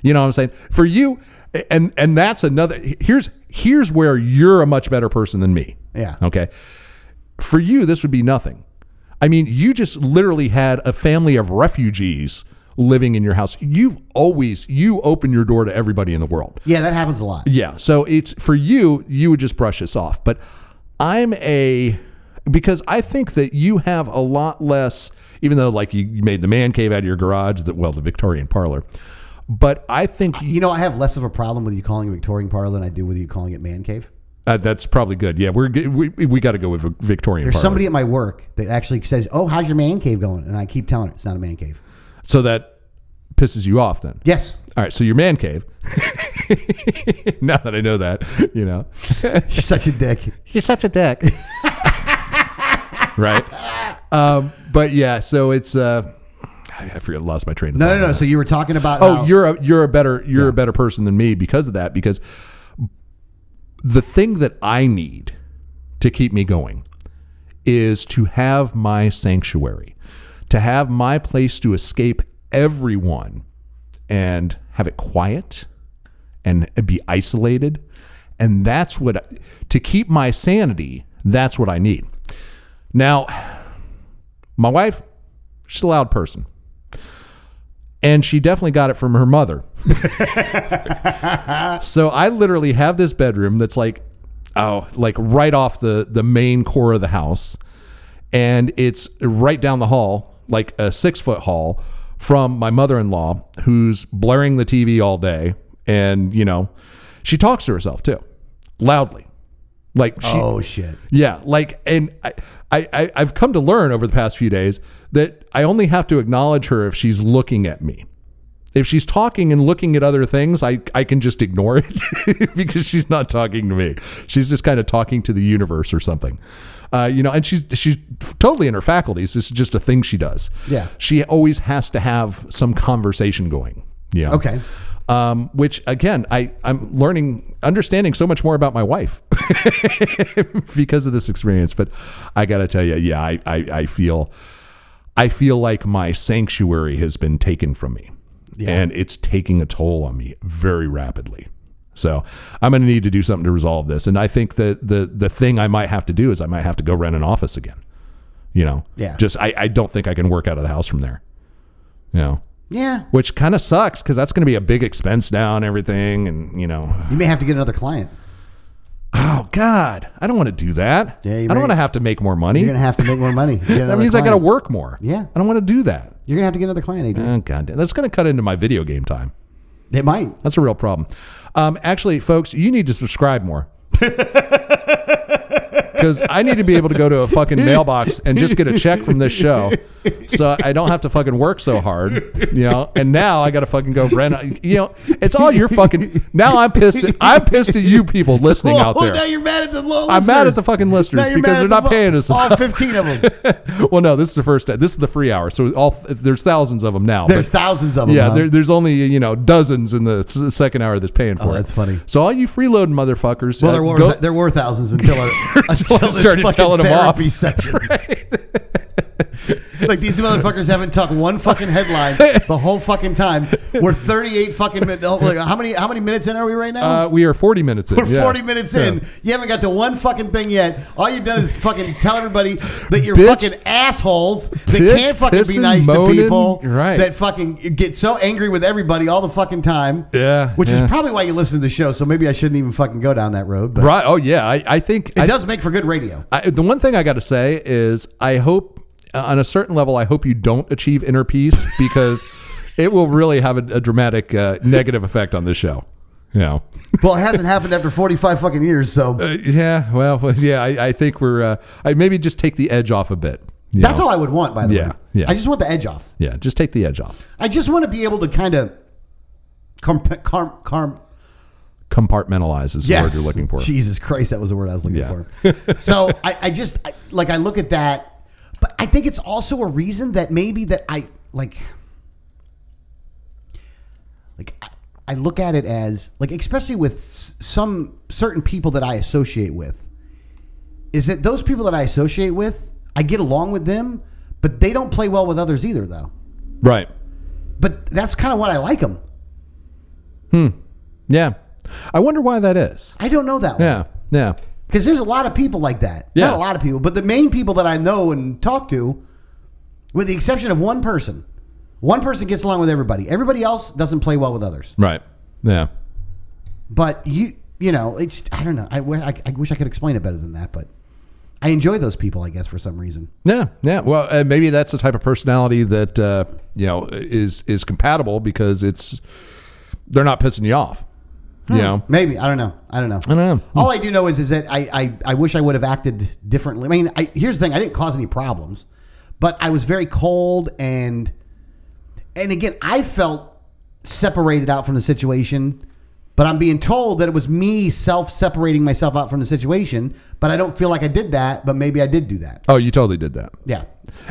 You know what I'm saying? For you, and and that's another. Here's here's where you're a much better person than me. Yeah. Okay. For you, this would be nothing. I mean, you just literally had a family of refugees living in your house. You've always you open your door to everybody in the world. Yeah, that happens a lot. Yeah. So it's for you, you would just brush this off. But I'm a because I think that you have a lot less, even though like you, you made the man cave out of your garage, that well, the Victorian parlor. But I think You know, I have less of a problem with you calling it Victorian parlor than I do with you calling it man cave. uh, that's probably good. Yeah, we're g- we, we got to go with Vic- Victorian. There's parlor. somebody at my work that actually says, "Oh, how's your man cave going?" And I keep telling her it's not a man cave. so that pisses you off then. Yes, <laughs> All right, so your man cave. <laughs> now that I know that, you know, you're such a dick. <laughs> you're such a dick, right? Um, but yeah, so it's uh, I, I forget, lost my train of No, thought. no, no. So you were talking about Oh, how- you're a you're a better you're a better person than me because of that. Because the thing that I need to keep me going is to have my sanctuary, to have my place to escape everyone, and have it quiet, and be isolated, and that's what to keep my sanity. That's what I need. Now, my wife, she's a loud person and she definitely got it from her mother. so I literally have this bedroom that's like, oh, like right off the the main core of the house, and it's right down the hall, like a six foot hall, from my mother in law, who's blaring the TV all day, and you know, she talks to herself too, loudly, like she <laughs> Oh shit. yeah, like, and I, I, I- I've come to learn over the past few days that I only have to acknowledge her if she's looking at me. If she's talking and looking at other things, I, I can just ignore it <laughs> because she's not talking to me. She's just kind of talking to the universe or something, uh, you know. And she's she's totally in her faculties. This is just a thing she does. Yeah. she always has to have some conversation going. Yeah. Okay. Um, which again, I I'm learning, understanding so much more about my wife <laughs> because of this experience. But I gotta tell you, yeah, I, I I feel, I feel like my sanctuary has been taken from me, and it's taking a toll on me very rapidly. So I'm gonna need to do something to resolve this. And I think that the the thing I might have to do is I might have to go rent an office again. You know, Yeah. Just I I don't think I can work out of the house from there. You know Yeah, which kind of sucks because that's going to be a big expense now and everything. And you know, you may have to get another client. oh god, I don't want to do that. Yeah, you I don't may- want to have to make more You're money. gonna have to make more money. That means I got to work more. Yeah. I don't want to do that. You're gonna have to get another client, Adrian. Oh god, damn. that's going to cut into my video game time. It might. That's a real problem. Um, actually, folks, you need to subscribe <laughs> more. Because I need to be able to go to a fucking mailbox and just get a check from this show so I don't have to fucking work so hard, you know. And now I got to fucking go rent. You know, it's all your fucking. Now I'm pissed. At, I'm pissed at you people listening Whoa, out there. Oh, Now you're mad at the low I'm mad at the listeners. fucking Now listeners you're mad because at they're the not fu- paying us. All 15 of them. <laughs> well, no, this is the first. This is the free hour. So all there's thousands of them now. There's but- thousands of them. yeah, huh? there, there's only you know dozens in the s- second hour that's paying for it. Oh, that's funny. So all you freeloading motherfuckers, Well, uh, there were go- there were thousands until, <laughs> our, until I this started fucking telling 'em off. <laughs> therapy session. like these motherfuckers haven't talked one fucking <laughs> headline the whole fucking time. We're 38 fucking minutes. Like, how many how many minutes in are we right now? uh, we are 40 minutes in. We're yeah. 40 minutes Yeah. in. You haven't got to one fucking thing yet. All you've done is fucking tell everybody that you're Bitch. fucking assholes that Bitch, can't fucking be pissing, nice moaning. to people. Right. That fucking get so angry with everybody all the fucking time. Yeah, Which yeah. is probably why you listen to the show. So maybe I shouldn't even fucking go down that road. But Right. Oh yeah. I, I think it I, does make for good radio. I, the one thing I got to say is I hope uh, on a certain level I hope you don't achieve inner peace <laughs> because it will really have a, a dramatic uh, negative effect on this show. You know. Well, it hasn't happened after 45 fucking years, so Uh, yeah. Well. <laughs> Yeah. I, I think we're. Uh, I maybe just take the edge off a bit. you that's know? all I would want, by the Yeah, way. yeah. I just want the edge off. Yeah. Just take the edge off. I just want to be able to kind of comp- carm, carm, Compartmentalize is the word yes. you're looking for. Jesus Christ, that was the word I was looking Yeah. <laughs> for. so I, I just, I, like, I look at that, but I think it's also a reason that maybe that I, like, like I, I look at it as, like, especially with s- some certain people that I associate with, is that those people that I associate with, I get along with them, but they don't play well with others either, though. Right. But that's kind of what I like them. Yeah. I wonder why that is. I don't know that one. Yeah. Yeah. Because there's a lot of people like that. Yeah. Not a lot of people, but the main people that I know and talk to, with the exception of one person, one person gets along with everybody. Everybody else doesn't play well with others. Right. Yeah. But you, you know, it's I don't know. I, w- I- I wish I could explain it better than that, but I enjoy those people, I guess, for some reason. Yeah, yeah. Well, uh, maybe that's the type of personality that uh, you know is is compatible because it's they're not pissing you off. Hmm. You know, Maybe I don't know. I don't know. I don't know. All I do know is is that I, I, I wish I would have acted differently. I mean, I, here's the thing: I didn't cause any problems, but I was very cold and and again, I felt separated out from the situation. But I'm being told that it was me self separating myself out from the situation. But I don't feel like I did that. But maybe I did do that. Oh, you totally did that. Yeah,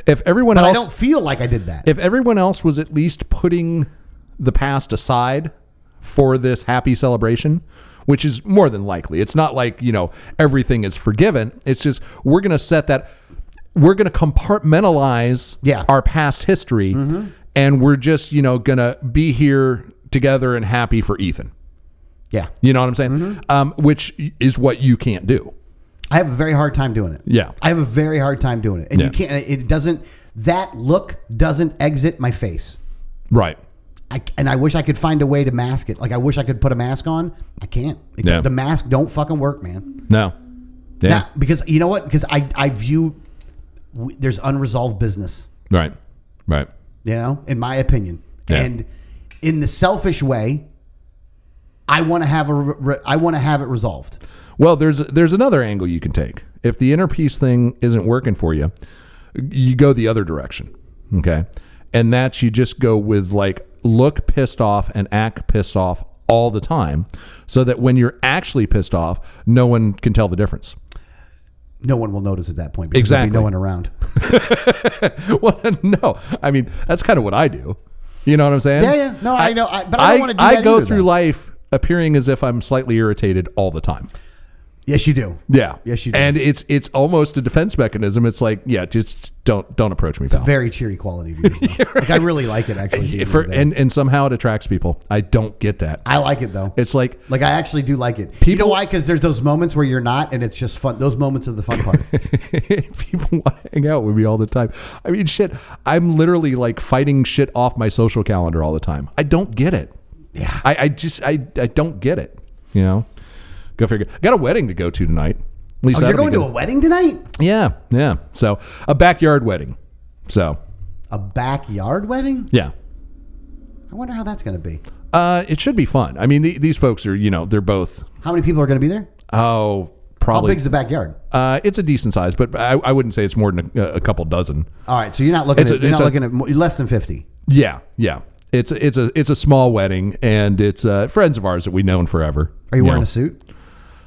If everyone but I else, don't feel like I did that. if everyone else was at least putting the past aside for this happy celebration, which is more than likely, it's not like you know everything is forgiven. It's just we're going to set that we're going to compartmentalize Yeah. our past history, and we're just you know going to be here together and happy for Ethan. yeah, You know what I'm saying? Um, which is what you can't do. I have a very hard time doing it. Yeah. I have a very hard time doing it, and Yeah. you can't. It doesn't. That look doesn't exit my face. Right. I, and I wish I could find a way to mask it. Like I wish I could put a mask on. I can't. It- Yeah. The mask don't fucking work, man. No. Yeah. Nah, because you know what? Because I I view w- there's unresolved business. Right. Right. You know, in my opinion, Yeah. and in the selfish way, I want to have a re- re- I want to have it resolved. Well, there's there's another angle you can take. If the inner peace thing isn't working for you, you go the other direction. Okay? And that's you just go with like look pissed off and act pissed off all the time so that when you're actually pissed off, no one can tell the difference. <laughs> No one will notice at that point. Because there'll be Exactly. no one around. well, no. I mean, that's kind of what I do. You know what I'm saying? Yeah, yeah. No, I know. I- but I don't wanna do that go either, through though. life appearing as if I'm slightly irritated all the time. yes, you do. Yeah. Yes, you do. And it's it's almost a defense mechanism. It's like, yeah, just don't don't approach me, pal. Very cheery quality of <laughs> yours. Though. Like I really like it actually. being For, like that. and and somehow it attracts people. I don't get that. I like it though. It's like <laughs> Like I actually do like it. you know People- why? Because there's those moments where you're not, and it's just fun. Those moments are the fun <laughs> part. people <laughs> want to hang out with me all the time. I mean, shit. I'm literally like fighting shit off my social calendar all the time. I don't get it. Yeah. I, I just I, I don't get it. You know, go figure. I got a wedding to go to tonight. At least oh, you're that'll be going to good. a wedding tonight? Yeah, yeah. So a backyard wedding. So A backyard wedding? yeah, I wonder how that's going to be. uh, it should be fun. I mean, the, these folks are you know they're both How many people are going to be there? oh How probably big's the backyard? uh, it's a decent size, but I, I wouldn't say it's more than a, a couple dozen. All right, so you're not looking. It's at, a- you're it's not a- looking at mo- less than fifty. Yeah, yeah. It's it's a it's a small wedding, and it's uh, friends of ours that we've known forever. Are you wearing know. a suit?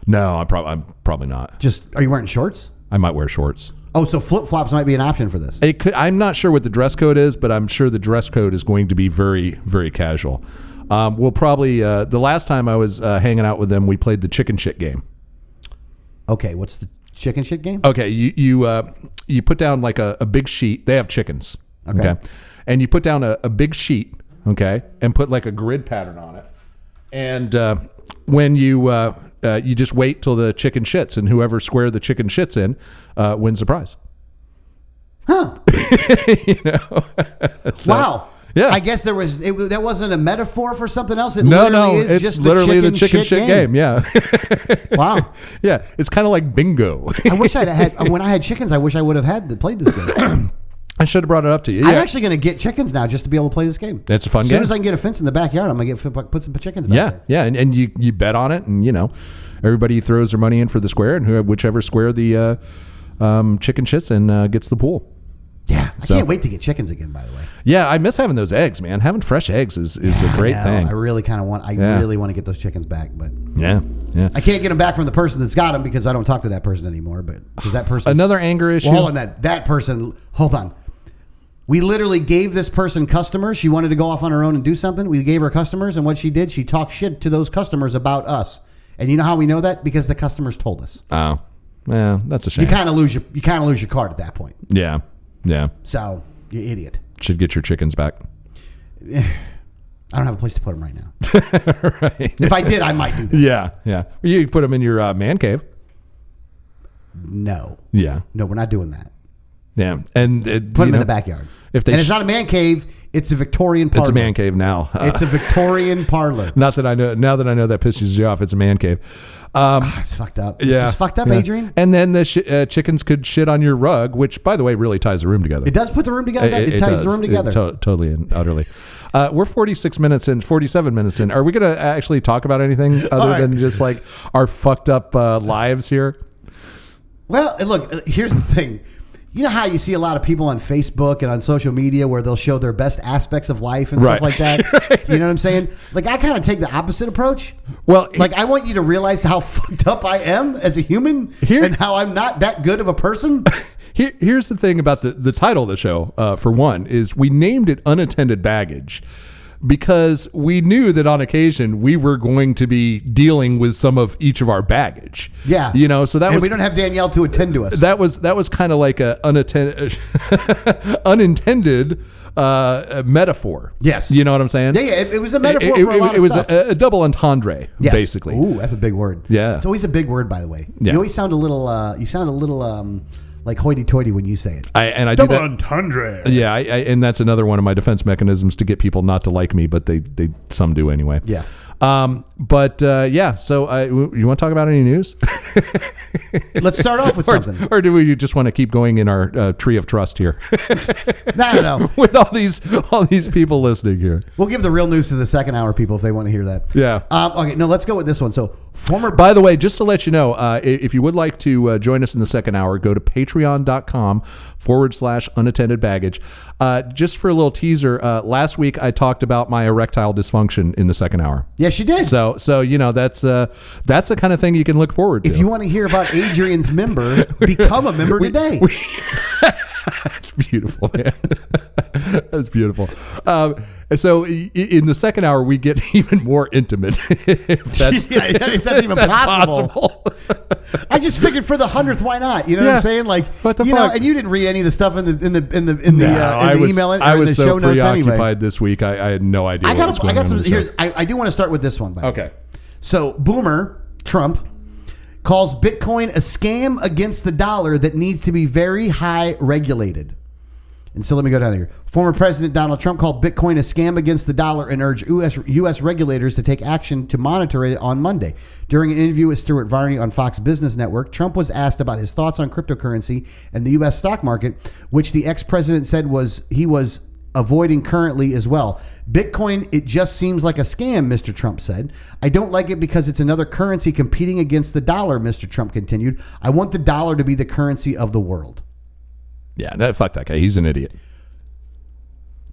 No, I'm probably I'm probably not. Just are you wearing shorts? I might wear shorts. Oh, so flip flops might be an option for this. It could, I'm not sure what the dress code is, but I'm sure the dress code is going to be very, very casual. Um, we'll probably uh, the last time I was uh, hanging out with them, we played the chicken shit game. Okay, what's the chicken shit game? Okay, you you uh, you put down like a, a big sheet. They have chickens. Okay. and you put down a, a big sheet. Okay, and put like a grid pattern on it. And uh, when you uh, uh, you just wait till the chicken shits, and whoever square the chicken shits in uh, wins the prize. <laughs> wow. yeah. I guess there was it, was- that wasn't a metaphor for something else. It No, literally no, is it's just literally the chicken, shit, game. Yeah, <laughs> Wow. yeah, it's kind of like bingo. I wish I'd had when I had chickens. I wish I would have had the, played this <clears throat> game. <laughs> I should have brought it up to you. Yeah, I'm actually going to get chickens now just to be able to play this game. That's a fun as game. soon as I can get a fence in the backyard, I'm going to get put some chickens. Back yeah, there. yeah, and, and you you bet on it, and you know, everybody throws their money in for the square, and whoever whichever square the uh, um, chicken shits and uh, gets the pool. yeah. I So- can't wait to get chickens again. By the way, Yeah, I miss having those eggs, man. Having fresh eggs is, is a great I know. thing. I really kind of want. I Yeah. really want to get those chickens back, but yeah, yeah. I can't get them back from the person that's got them because I don't talk to that person anymore. But because <sighs> that person Another anger issue. Well, hold on that that person. Hold on. We literally gave this person customers. She wanted to go off on her own and do something. We gave her customers, and what she did, she talked shit to those customers about us. And you know how we know that because the customers told us. oh, yeah, that's a shame. You kind of lose your you kind of lose your card at that point. yeah, yeah. So you idiot. Should get your chickens back. I don't have a place to put them right <laughs> now. If I did, I might do that. Yeah, yeah. You could put them in your uh, man cave. No, Yeah, no, we're not doing that. yeah. And it, Put them you in know, the backyard. if they and it's sh- not a man cave. It's a Victorian parlor. It's a man cave now. Uh, It's a Victorian parlor. <laughs> not that I know. Now that I know that pisses you off, it's a man cave. Um, Ah, It's fucked up. Yeah, it's just fucked up, yeah. Adrian. And then the sh- uh, chickens could shit on your rug, which, by the way, really ties the room together. It does put the room together. It, ties the room together. totally and utterly. Uh, we're 46 minutes in, 47 minutes in. Are we going to actually talk <laughs> about anything other right. than just like our fucked up uh, lives here? Well, and look, uh, here's the thing. You know how you see a lot of people on Facebook and on social media where they'll show their best aspects of life and Right. stuff like that? <laughs> You know what I'm saying? Like, I kind of take the opposite approach. Well, like, I want you to realize how <laughs> fucked up I am as a human Here- and how I'm not that good of a <laughs> person. Here, here's the thing about the, the title of the show, uh, for one, is we named it Unattended Baggage because we knew that on occasion we were going to be dealing with some of each of our baggage. Yeah. You know, so that and was we don't have Danielle to attend to us. that was that was kind of like a unattended, <laughs> unintended uh, metaphor. Yes. you know what I'm saying. yeah, yeah, it, it was a metaphor It, for a it- lot it of was stuff. A, a double entendre, Yes. basically. Ooh, that's a big word. Yeah. It's always a big word, by the way. Yeah. You always sound a little, uh, you sound a little um, like hoity-toity when you say it. I, and I do that. entendre. Yeah, I, I, and that's another one of my defense mechanisms to get people not to like me, but they, they some do anyway. Yeah. Um. But uh, yeah. So I, w- you want to talk about <laughs> any news, Let's start off with something. <laughs> or do we just want to keep going in our uh, tree of trust here <laughs> No, no, no. with all these all these people listening here? We'll give the real news to the second hour people if they want to hear that. Yeah. Um, okay, no, let's go with this one. So, former. By the way, just to let you know, uh, i- if you would like to uh, join us in the second hour, go to patreon.com forward slash unattended baggage. Uh, just for a little teaser, uh, last week I talked about my erectile dysfunction in the second hour. yeah, she did. So, so you know that's uh, that's the kind of thing you can look forward to. <laughs> if you want to hear about Adrian's member, become a member today. that's beautiful, man. <laughs> that's beautiful. Um, and so, i- i- in the second hour, we get <laughs> even more intimate. if <laughs> that's, Yeah, if that's <laughs> even possible. I just figured for the hundredth, why not? You know what Yeah. I'm saying? Like, What the you know, fuck? and you didn't read any of the stuff in the in the in the in the, No, uh, in I the was, email and I in was the so show notes preoccupied anyway. this week. I, I had no idea. I what was got a, I going got on some in the show. here. I, I do want to start with this one. By the way. So Boomer Trump calls Bitcoin a scam against the dollar that needs to be very high regulated. And so let me go down here. Former President Donald Trump called Bitcoin a scam against the dollar and urged US, U.S. regulators to take action to monitor it on Monday. During an interview with Stuart Varney on Fox Business Network, Trump was asked about his thoughts on cryptocurrency and the U.S. stock market, which the ex president said was he was avoiding currently as well. Bitcoin, it just seems like a scam, Mr. Trump said. I don't like it because it's another currency competing against the dollar, Mr. Trump continued. I want the dollar to be the currency of the world. Yeah, that fuck that guy. He's an idiot.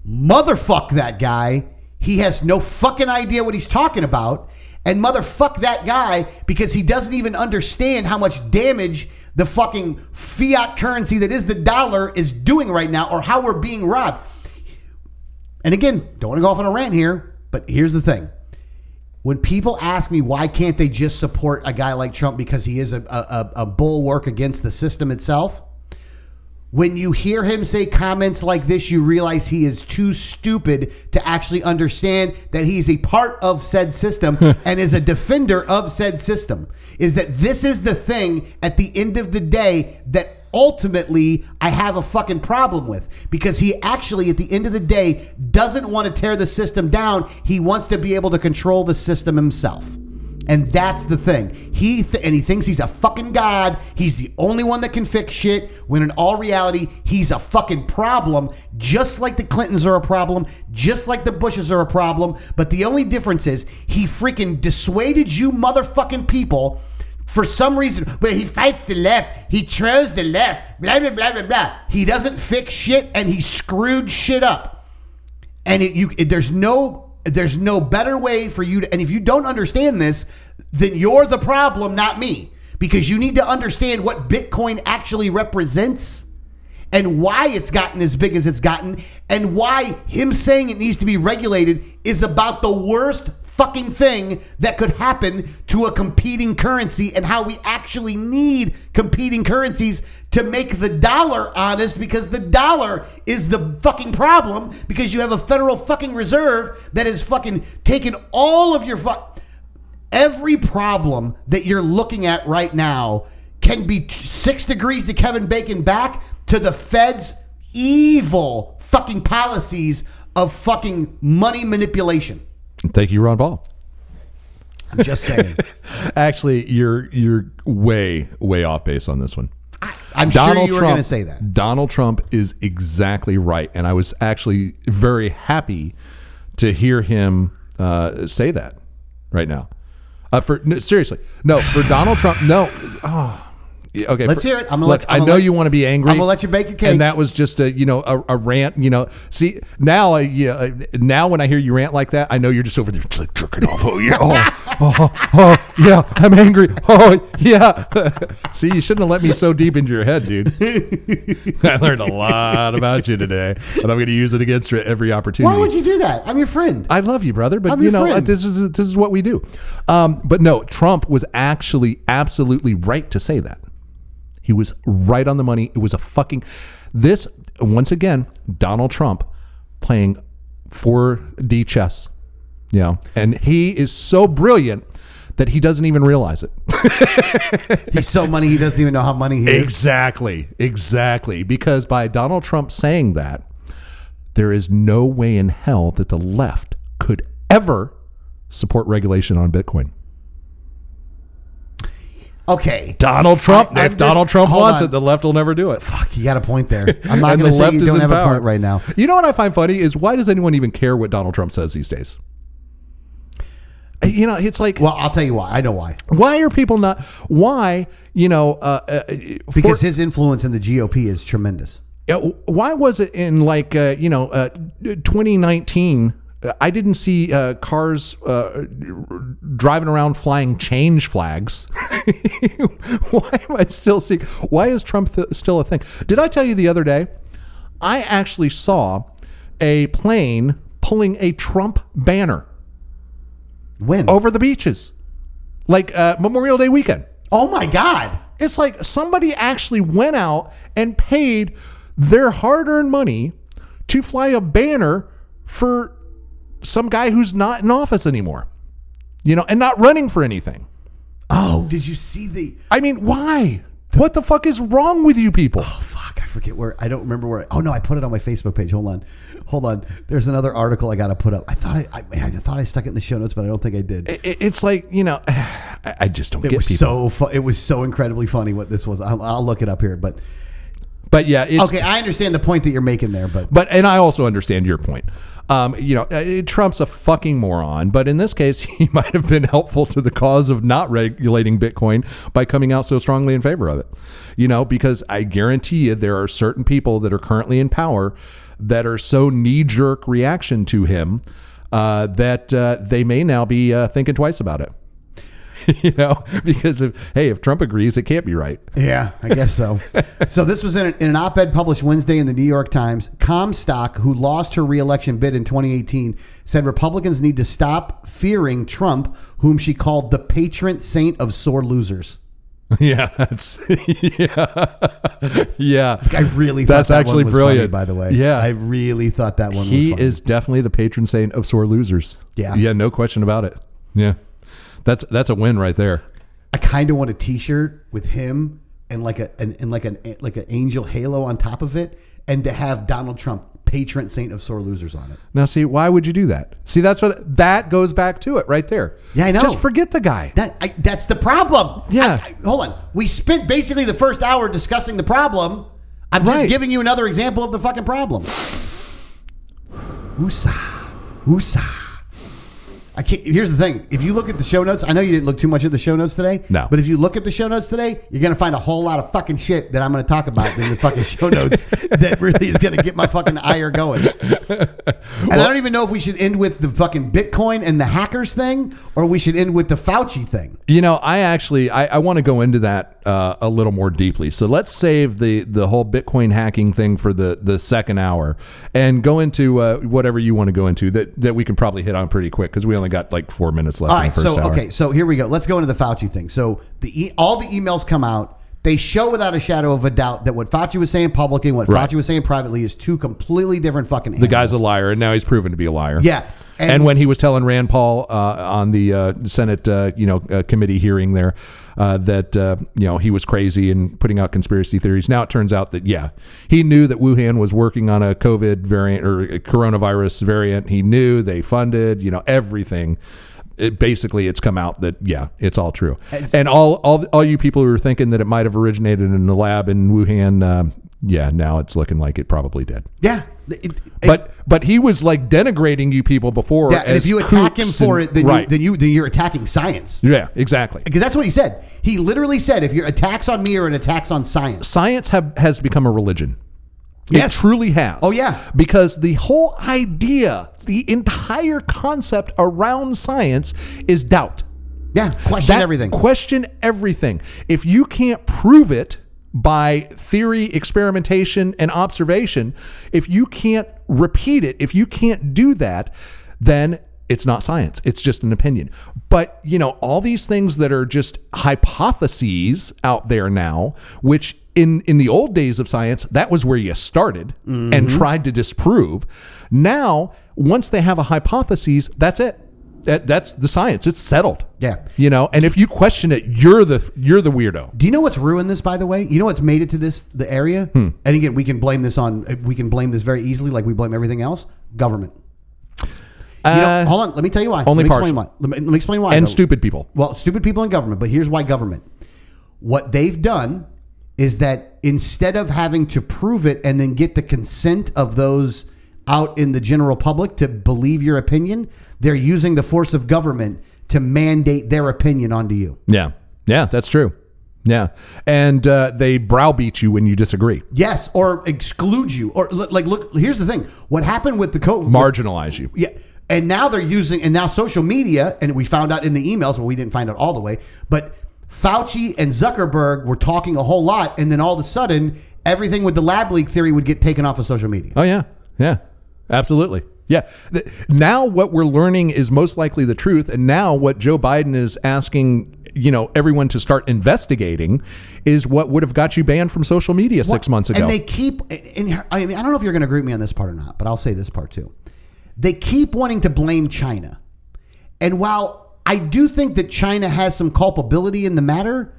motherfuck that guy. He has no fucking idea what he's talking about. And motherfuck that guy because he doesn't even understand how much damage the fucking fiat currency that is the dollar is doing right now or how we're being robbed. And again, don't want to go off on a rant here, but here's the thing. When people ask me why can't they just support a guy like Trump because he is a, a, a- a bulwark against the system itself, when you hear him say comments like this, you realize he is too stupid to actually understand that he's a part of said system and is a defender of said system. Is that this is the thing at the end of the day that ultimately I have a fucking problem with because he actually at the end of the day doesn't want to tear the system down. He wants to be able to control the system himself. And that's the thing. He th- and he thinks he's a fucking god. He's the only one that can fix shit. When in all reality, he's a fucking problem. Just like the Clintons are a problem. Just like the Bushes are a problem. But the only difference is he freaking dissuaded you motherfucking people for some reason. But he fights the left. He chose the left. Blah blah blah blah blah. He doesn't fix shit, and he screwed shit up and it, you it, there's no there's no better way for you to and if you don't understand this then you're the problem not me because you need to understand what bitcoin actually represents and why it's gotten as big as it's gotten and why him saying it needs to be regulated is about the worst fucking thing that could happen to a competing currency and how we actually need competing currencies to make the dollar honest because the dollar is the fucking problem because you have a federal fucking reserve that is fucking taking all of your fuck every problem that you're looking at right now can be t- six degrees to Kevin Bacon back to the Fed's evil fucking policies of fucking money manipulation. Thank you, Ron Paul. I'm just <laughs> saying. Actually, you're you're way way off base on this one. I'm sure you were going to say that. Donald Trump is exactly right, and I was actually very happy to hear him uh, say that right now. Uh, for no, seriously, no, for Donald Trump, no. Oh, yeah, okay, Let's for- hear it. I'm gonna look, let- I'm I gonna know let- you want to be angry. I'm gonna let you bake your cake. And that was just a you know a, a rant. You know, see now I yeah uh, now when I hear you rant like that, I know you're just over there like jerking off. Oh yeah, <laughs> oh, oh, oh yeah, I'm angry. Oh yeah. <laughs> see, you shouldn't have let me so deep into your head, dude. <laughs> I learned a lot about you today, and I'm going to use it against you at every opportunity. Why would you do that? I'm your friend. I love you, brother, but I'm you your know uh, friend. this is this is what we do. Um, but no, Trump was actually absolutely right to say that. He was right on the money. It was a fucking this once again Donald Trump playing 4D chess. You know, and he is so brilliant that he doesn't even realize it. He's so money he doesn't even know how money he is. Exactly. Exactly. Because by Donald Trump saying that, there is no way in hell that the left could ever support regulation on Bitcoin. Okay, Donald Trump, I- I'm if Donald just- Trump hold wants on. it, the left will never do it. you got a point <laughs> there. I'm not going And the to say left you is don't in have a power. point right now. You know what I find funny is why does anyone even care what Donald Trump says these days? Uh, You know, it's like Well, I'll tell you why. I know why. why are people not? Why you know? Uh, uh, Because his influence in the GOP is tremendous. Yeah, why was it in like uh, you know uh, 2019 uh, i didn't see uh, cars uh, driving around flying change flags <laughs> why am i still seeing why is trump th- still a thing did i tell you the other day i actually saw a plane pulling a trump banner When? over the beaches like uh, memorial day weekend oh my God. it's like somebody actually went out and paid their hard earned money to fly a banner for some guy who's not in office anymore, you know, and not running for anything. Oh, did you see the? I mean, why? What the fuck is wrong with you people? Oh, fuck, I forget where. I don't remember where. Oh no, I put it on my Facebook page. Hold on, hold on. There's another article I got to put up. I thought I, I, man, I thought I stuck it in the show notes, but I don't think I did. It I- It's like, you know, <sighs> I I just don't get was people. so fu- It was so incredibly funny what this was. I'll, I'll look it up here, but But yeah, it's Okay, I understand the point that you're making there, but but and I also understand your point. Um, you know, uh, Trump's a fucking moron, but in this case, <laughs> he might have been helpful to the cause of not regulating Bitcoin by coming out so strongly in favor of it. You know, because I guarantee you, there are certain people that are currently in power that are so knee jerk reaction to him uh, that uh, they may now be uh, thinking twice about it. <laughs> you know, because if hey, if Trump agrees, it can't be right. <laughs> Yeah, I guess so. so this was in an, in an op-ed published Wednesday in the New York Times. Comstock, who lost her reelection bid in 2018, said Republicans need to stop fearing Trump, whom she called the patron saint of sore losers. Yeah, that's <laughs> yeah, <laughs> yeah. I really thought That's that actually one was brilliant, funny, by the way. Yeah, I really thought that one he was funny. is definitely the patron saint of sore losers. Yeah. yeah, no question about it. Yeah, that's that's a win right there. I kind of want a T-shirt with him and like a and, and like an like an angel halo on top of it, and to have Donald Trump, patron saint of sore losers, on it. Now, see, why would you do that? See, that's what that goes back to it right there. Yeah, I know. Just forget the guy. That I, that's the problem. Yeah. I- I- hold on. We spent basically the first hour discussing the problem. I'm Right. just giving you another example of the fucking problem. <sighs> Usa, usa. I can't. Here's the thing. If you look at the show notes, I know you didn't look too much at the show notes today. No. But if you look at the show notes today, you're gonna find a whole lot of fucking shit that I'm gonna talk about in the fucking show notes that really is gonna get my fucking ire going. And I don't even know if we should end with the fucking Bitcoin and the hackers thing, or we should end with the Fauci thing. You know, I actually I, I want to go into that uh, a little more deeply. So let's save the the whole Bitcoin hacking thing for the the second hour and go into uh, whatever you want to go into that that we can probably hit on pretty quick because we only got like four minutes left. All in the right, first so hour. okay, so here we go. Let's go into the Fauci thing. So the e- all the emails come out. They show without a shadow of a doubt that what Fauci was saying publicly and what Right. Fauci was saying privately is two completely different fucking. the animals. guy's a liar, and now he's proven to be a liar. Yeah, And, and- when he was telling Rand Paul uh, on the uh, Senate, uh, you know, uh, committee hearing there, uh, that uh, you know he was crazy and putting out conspiracy theories. Now it turns out that yeah, he knew that Wuhan was working on a COVID variant or a coronavirus variant. He knew they funded, you know, everything. It basically, it's come out that yeah, it's all true. and all all all you people who were thinking that it might have originated in the lab in Wuhan, um yeah, now it's looking like it probably did. yeah. It- it- But but he was like denigrating you people before. yeah, and if as you attack him kooks for and- it, then you, right? then you then you're attacking science yeah, exactly. because that's what he said. He literally said, "If your attacks on me are an attacks on science." Science have, has become a religion. Yes. It truly has. Oh, yeah. Because the whole idea, the entire concept around science is doubt. Yeah, question That- everything. Question everything. If you can't prove it by theory, experimentation, and observation, if you can't repeat it, if you can't do that, then it's not science. It's just an opinion. But, you know, all these things that are just hypotheses out there now, which in, in the old days of science, that was where you started and Mm-hmm. tried to disprove. Now, once they have a hypothesis, that's it. That, that's the science. It's settled. Yeah. You know, and if you question it, you're the you're the weirdo. Do you know what's ruined this, by the way? You know what's made it to this the area? Hmm. And again, we can blame this on we can blame this very easily, like we blame everything else. Government. You know- Uh, hold on. Let me tell you why. only let me explain why. partial. Let me, let me explain why. and though. stupid people. Well, stupid people in government. But here's why government. What they've done is that instead of having to prove it and then get the consent of those out in the general public to believe your opinion, they're using the force of government to mandate their opinion onto you. Yeah. Yeah, that's true. Yeah. And uh, they browbeat you when you disagree. Yes, or exclude you, or l- like look. Here's the thing: what happened with the COVID? Marginalize you. yeah, and now they're using, and now social media, and we found out in the emails. Well, we didn't find out all the way, but Fauci and Zuckerberg were talking a whole lot, and then all of a sudden, everything with the lab leak theory would get taken off of social media. Oh yeah. Yeah. Absolutely. Yeah. Th- Now what we're learning is most likely the truth and now what Joe Biden is asking, you know, everyone to start investigating is what would have got you banned from social media 6 months ago. And they keep, and I mean, I don't know if you're going to agree with me on this part or not, but I'll say this part too. They keep wanting to blame China. And while I do think that China has some culpability in the matter,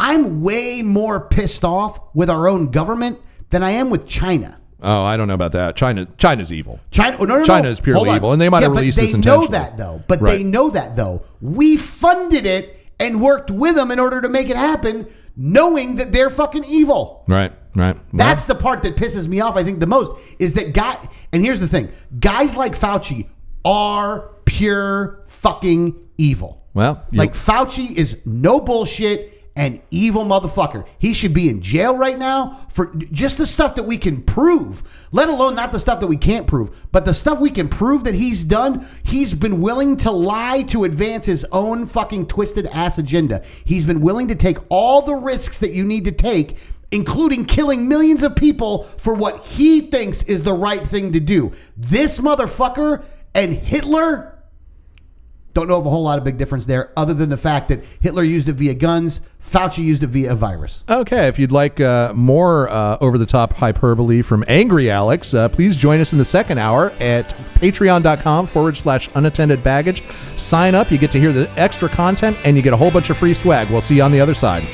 I'm way more pissed off with our own government than I am with China. oh, I don't know about that. China China's evil. China, oh, no, no, no. China is purely Hold on. evil, and they might Yeah, have but released they this know intentionally. that though. But Right. they know that though. We funded it and worked with them in order to make it happen, knowing that they're fucking evil. Right. Right. That's the part that pisses me off, I think, the most is that guy. And here's the thing guys like Fauci are pure fucking evil. Well, you- like Fauci is no bullshit and evil motherfucker. He should be in jail right now for just the stuff that we can prove, let alone not the stuff that we can't prove, but the stuff we can prove that he's done. He's been willing to lie to advance his own fucking twisted ass agenda. He's been willing to take all the risks that you need to take. Including killing millions of people for what he thinks is the right thing to do. This motherfucker and Hitler don't know of a whole lot of big difference there, other than the fact that Hitler used it via guns, Fauci used it via a virus. Okay, if you'd like uh, more uh, over the top hyperbole from Angry Alex, uh, please join us in the second hour at patreon.com forward slash unattended baggage. Sign up, you get to hear the extra content, and you get a whole bunch of free swag. We'll see you on the other side.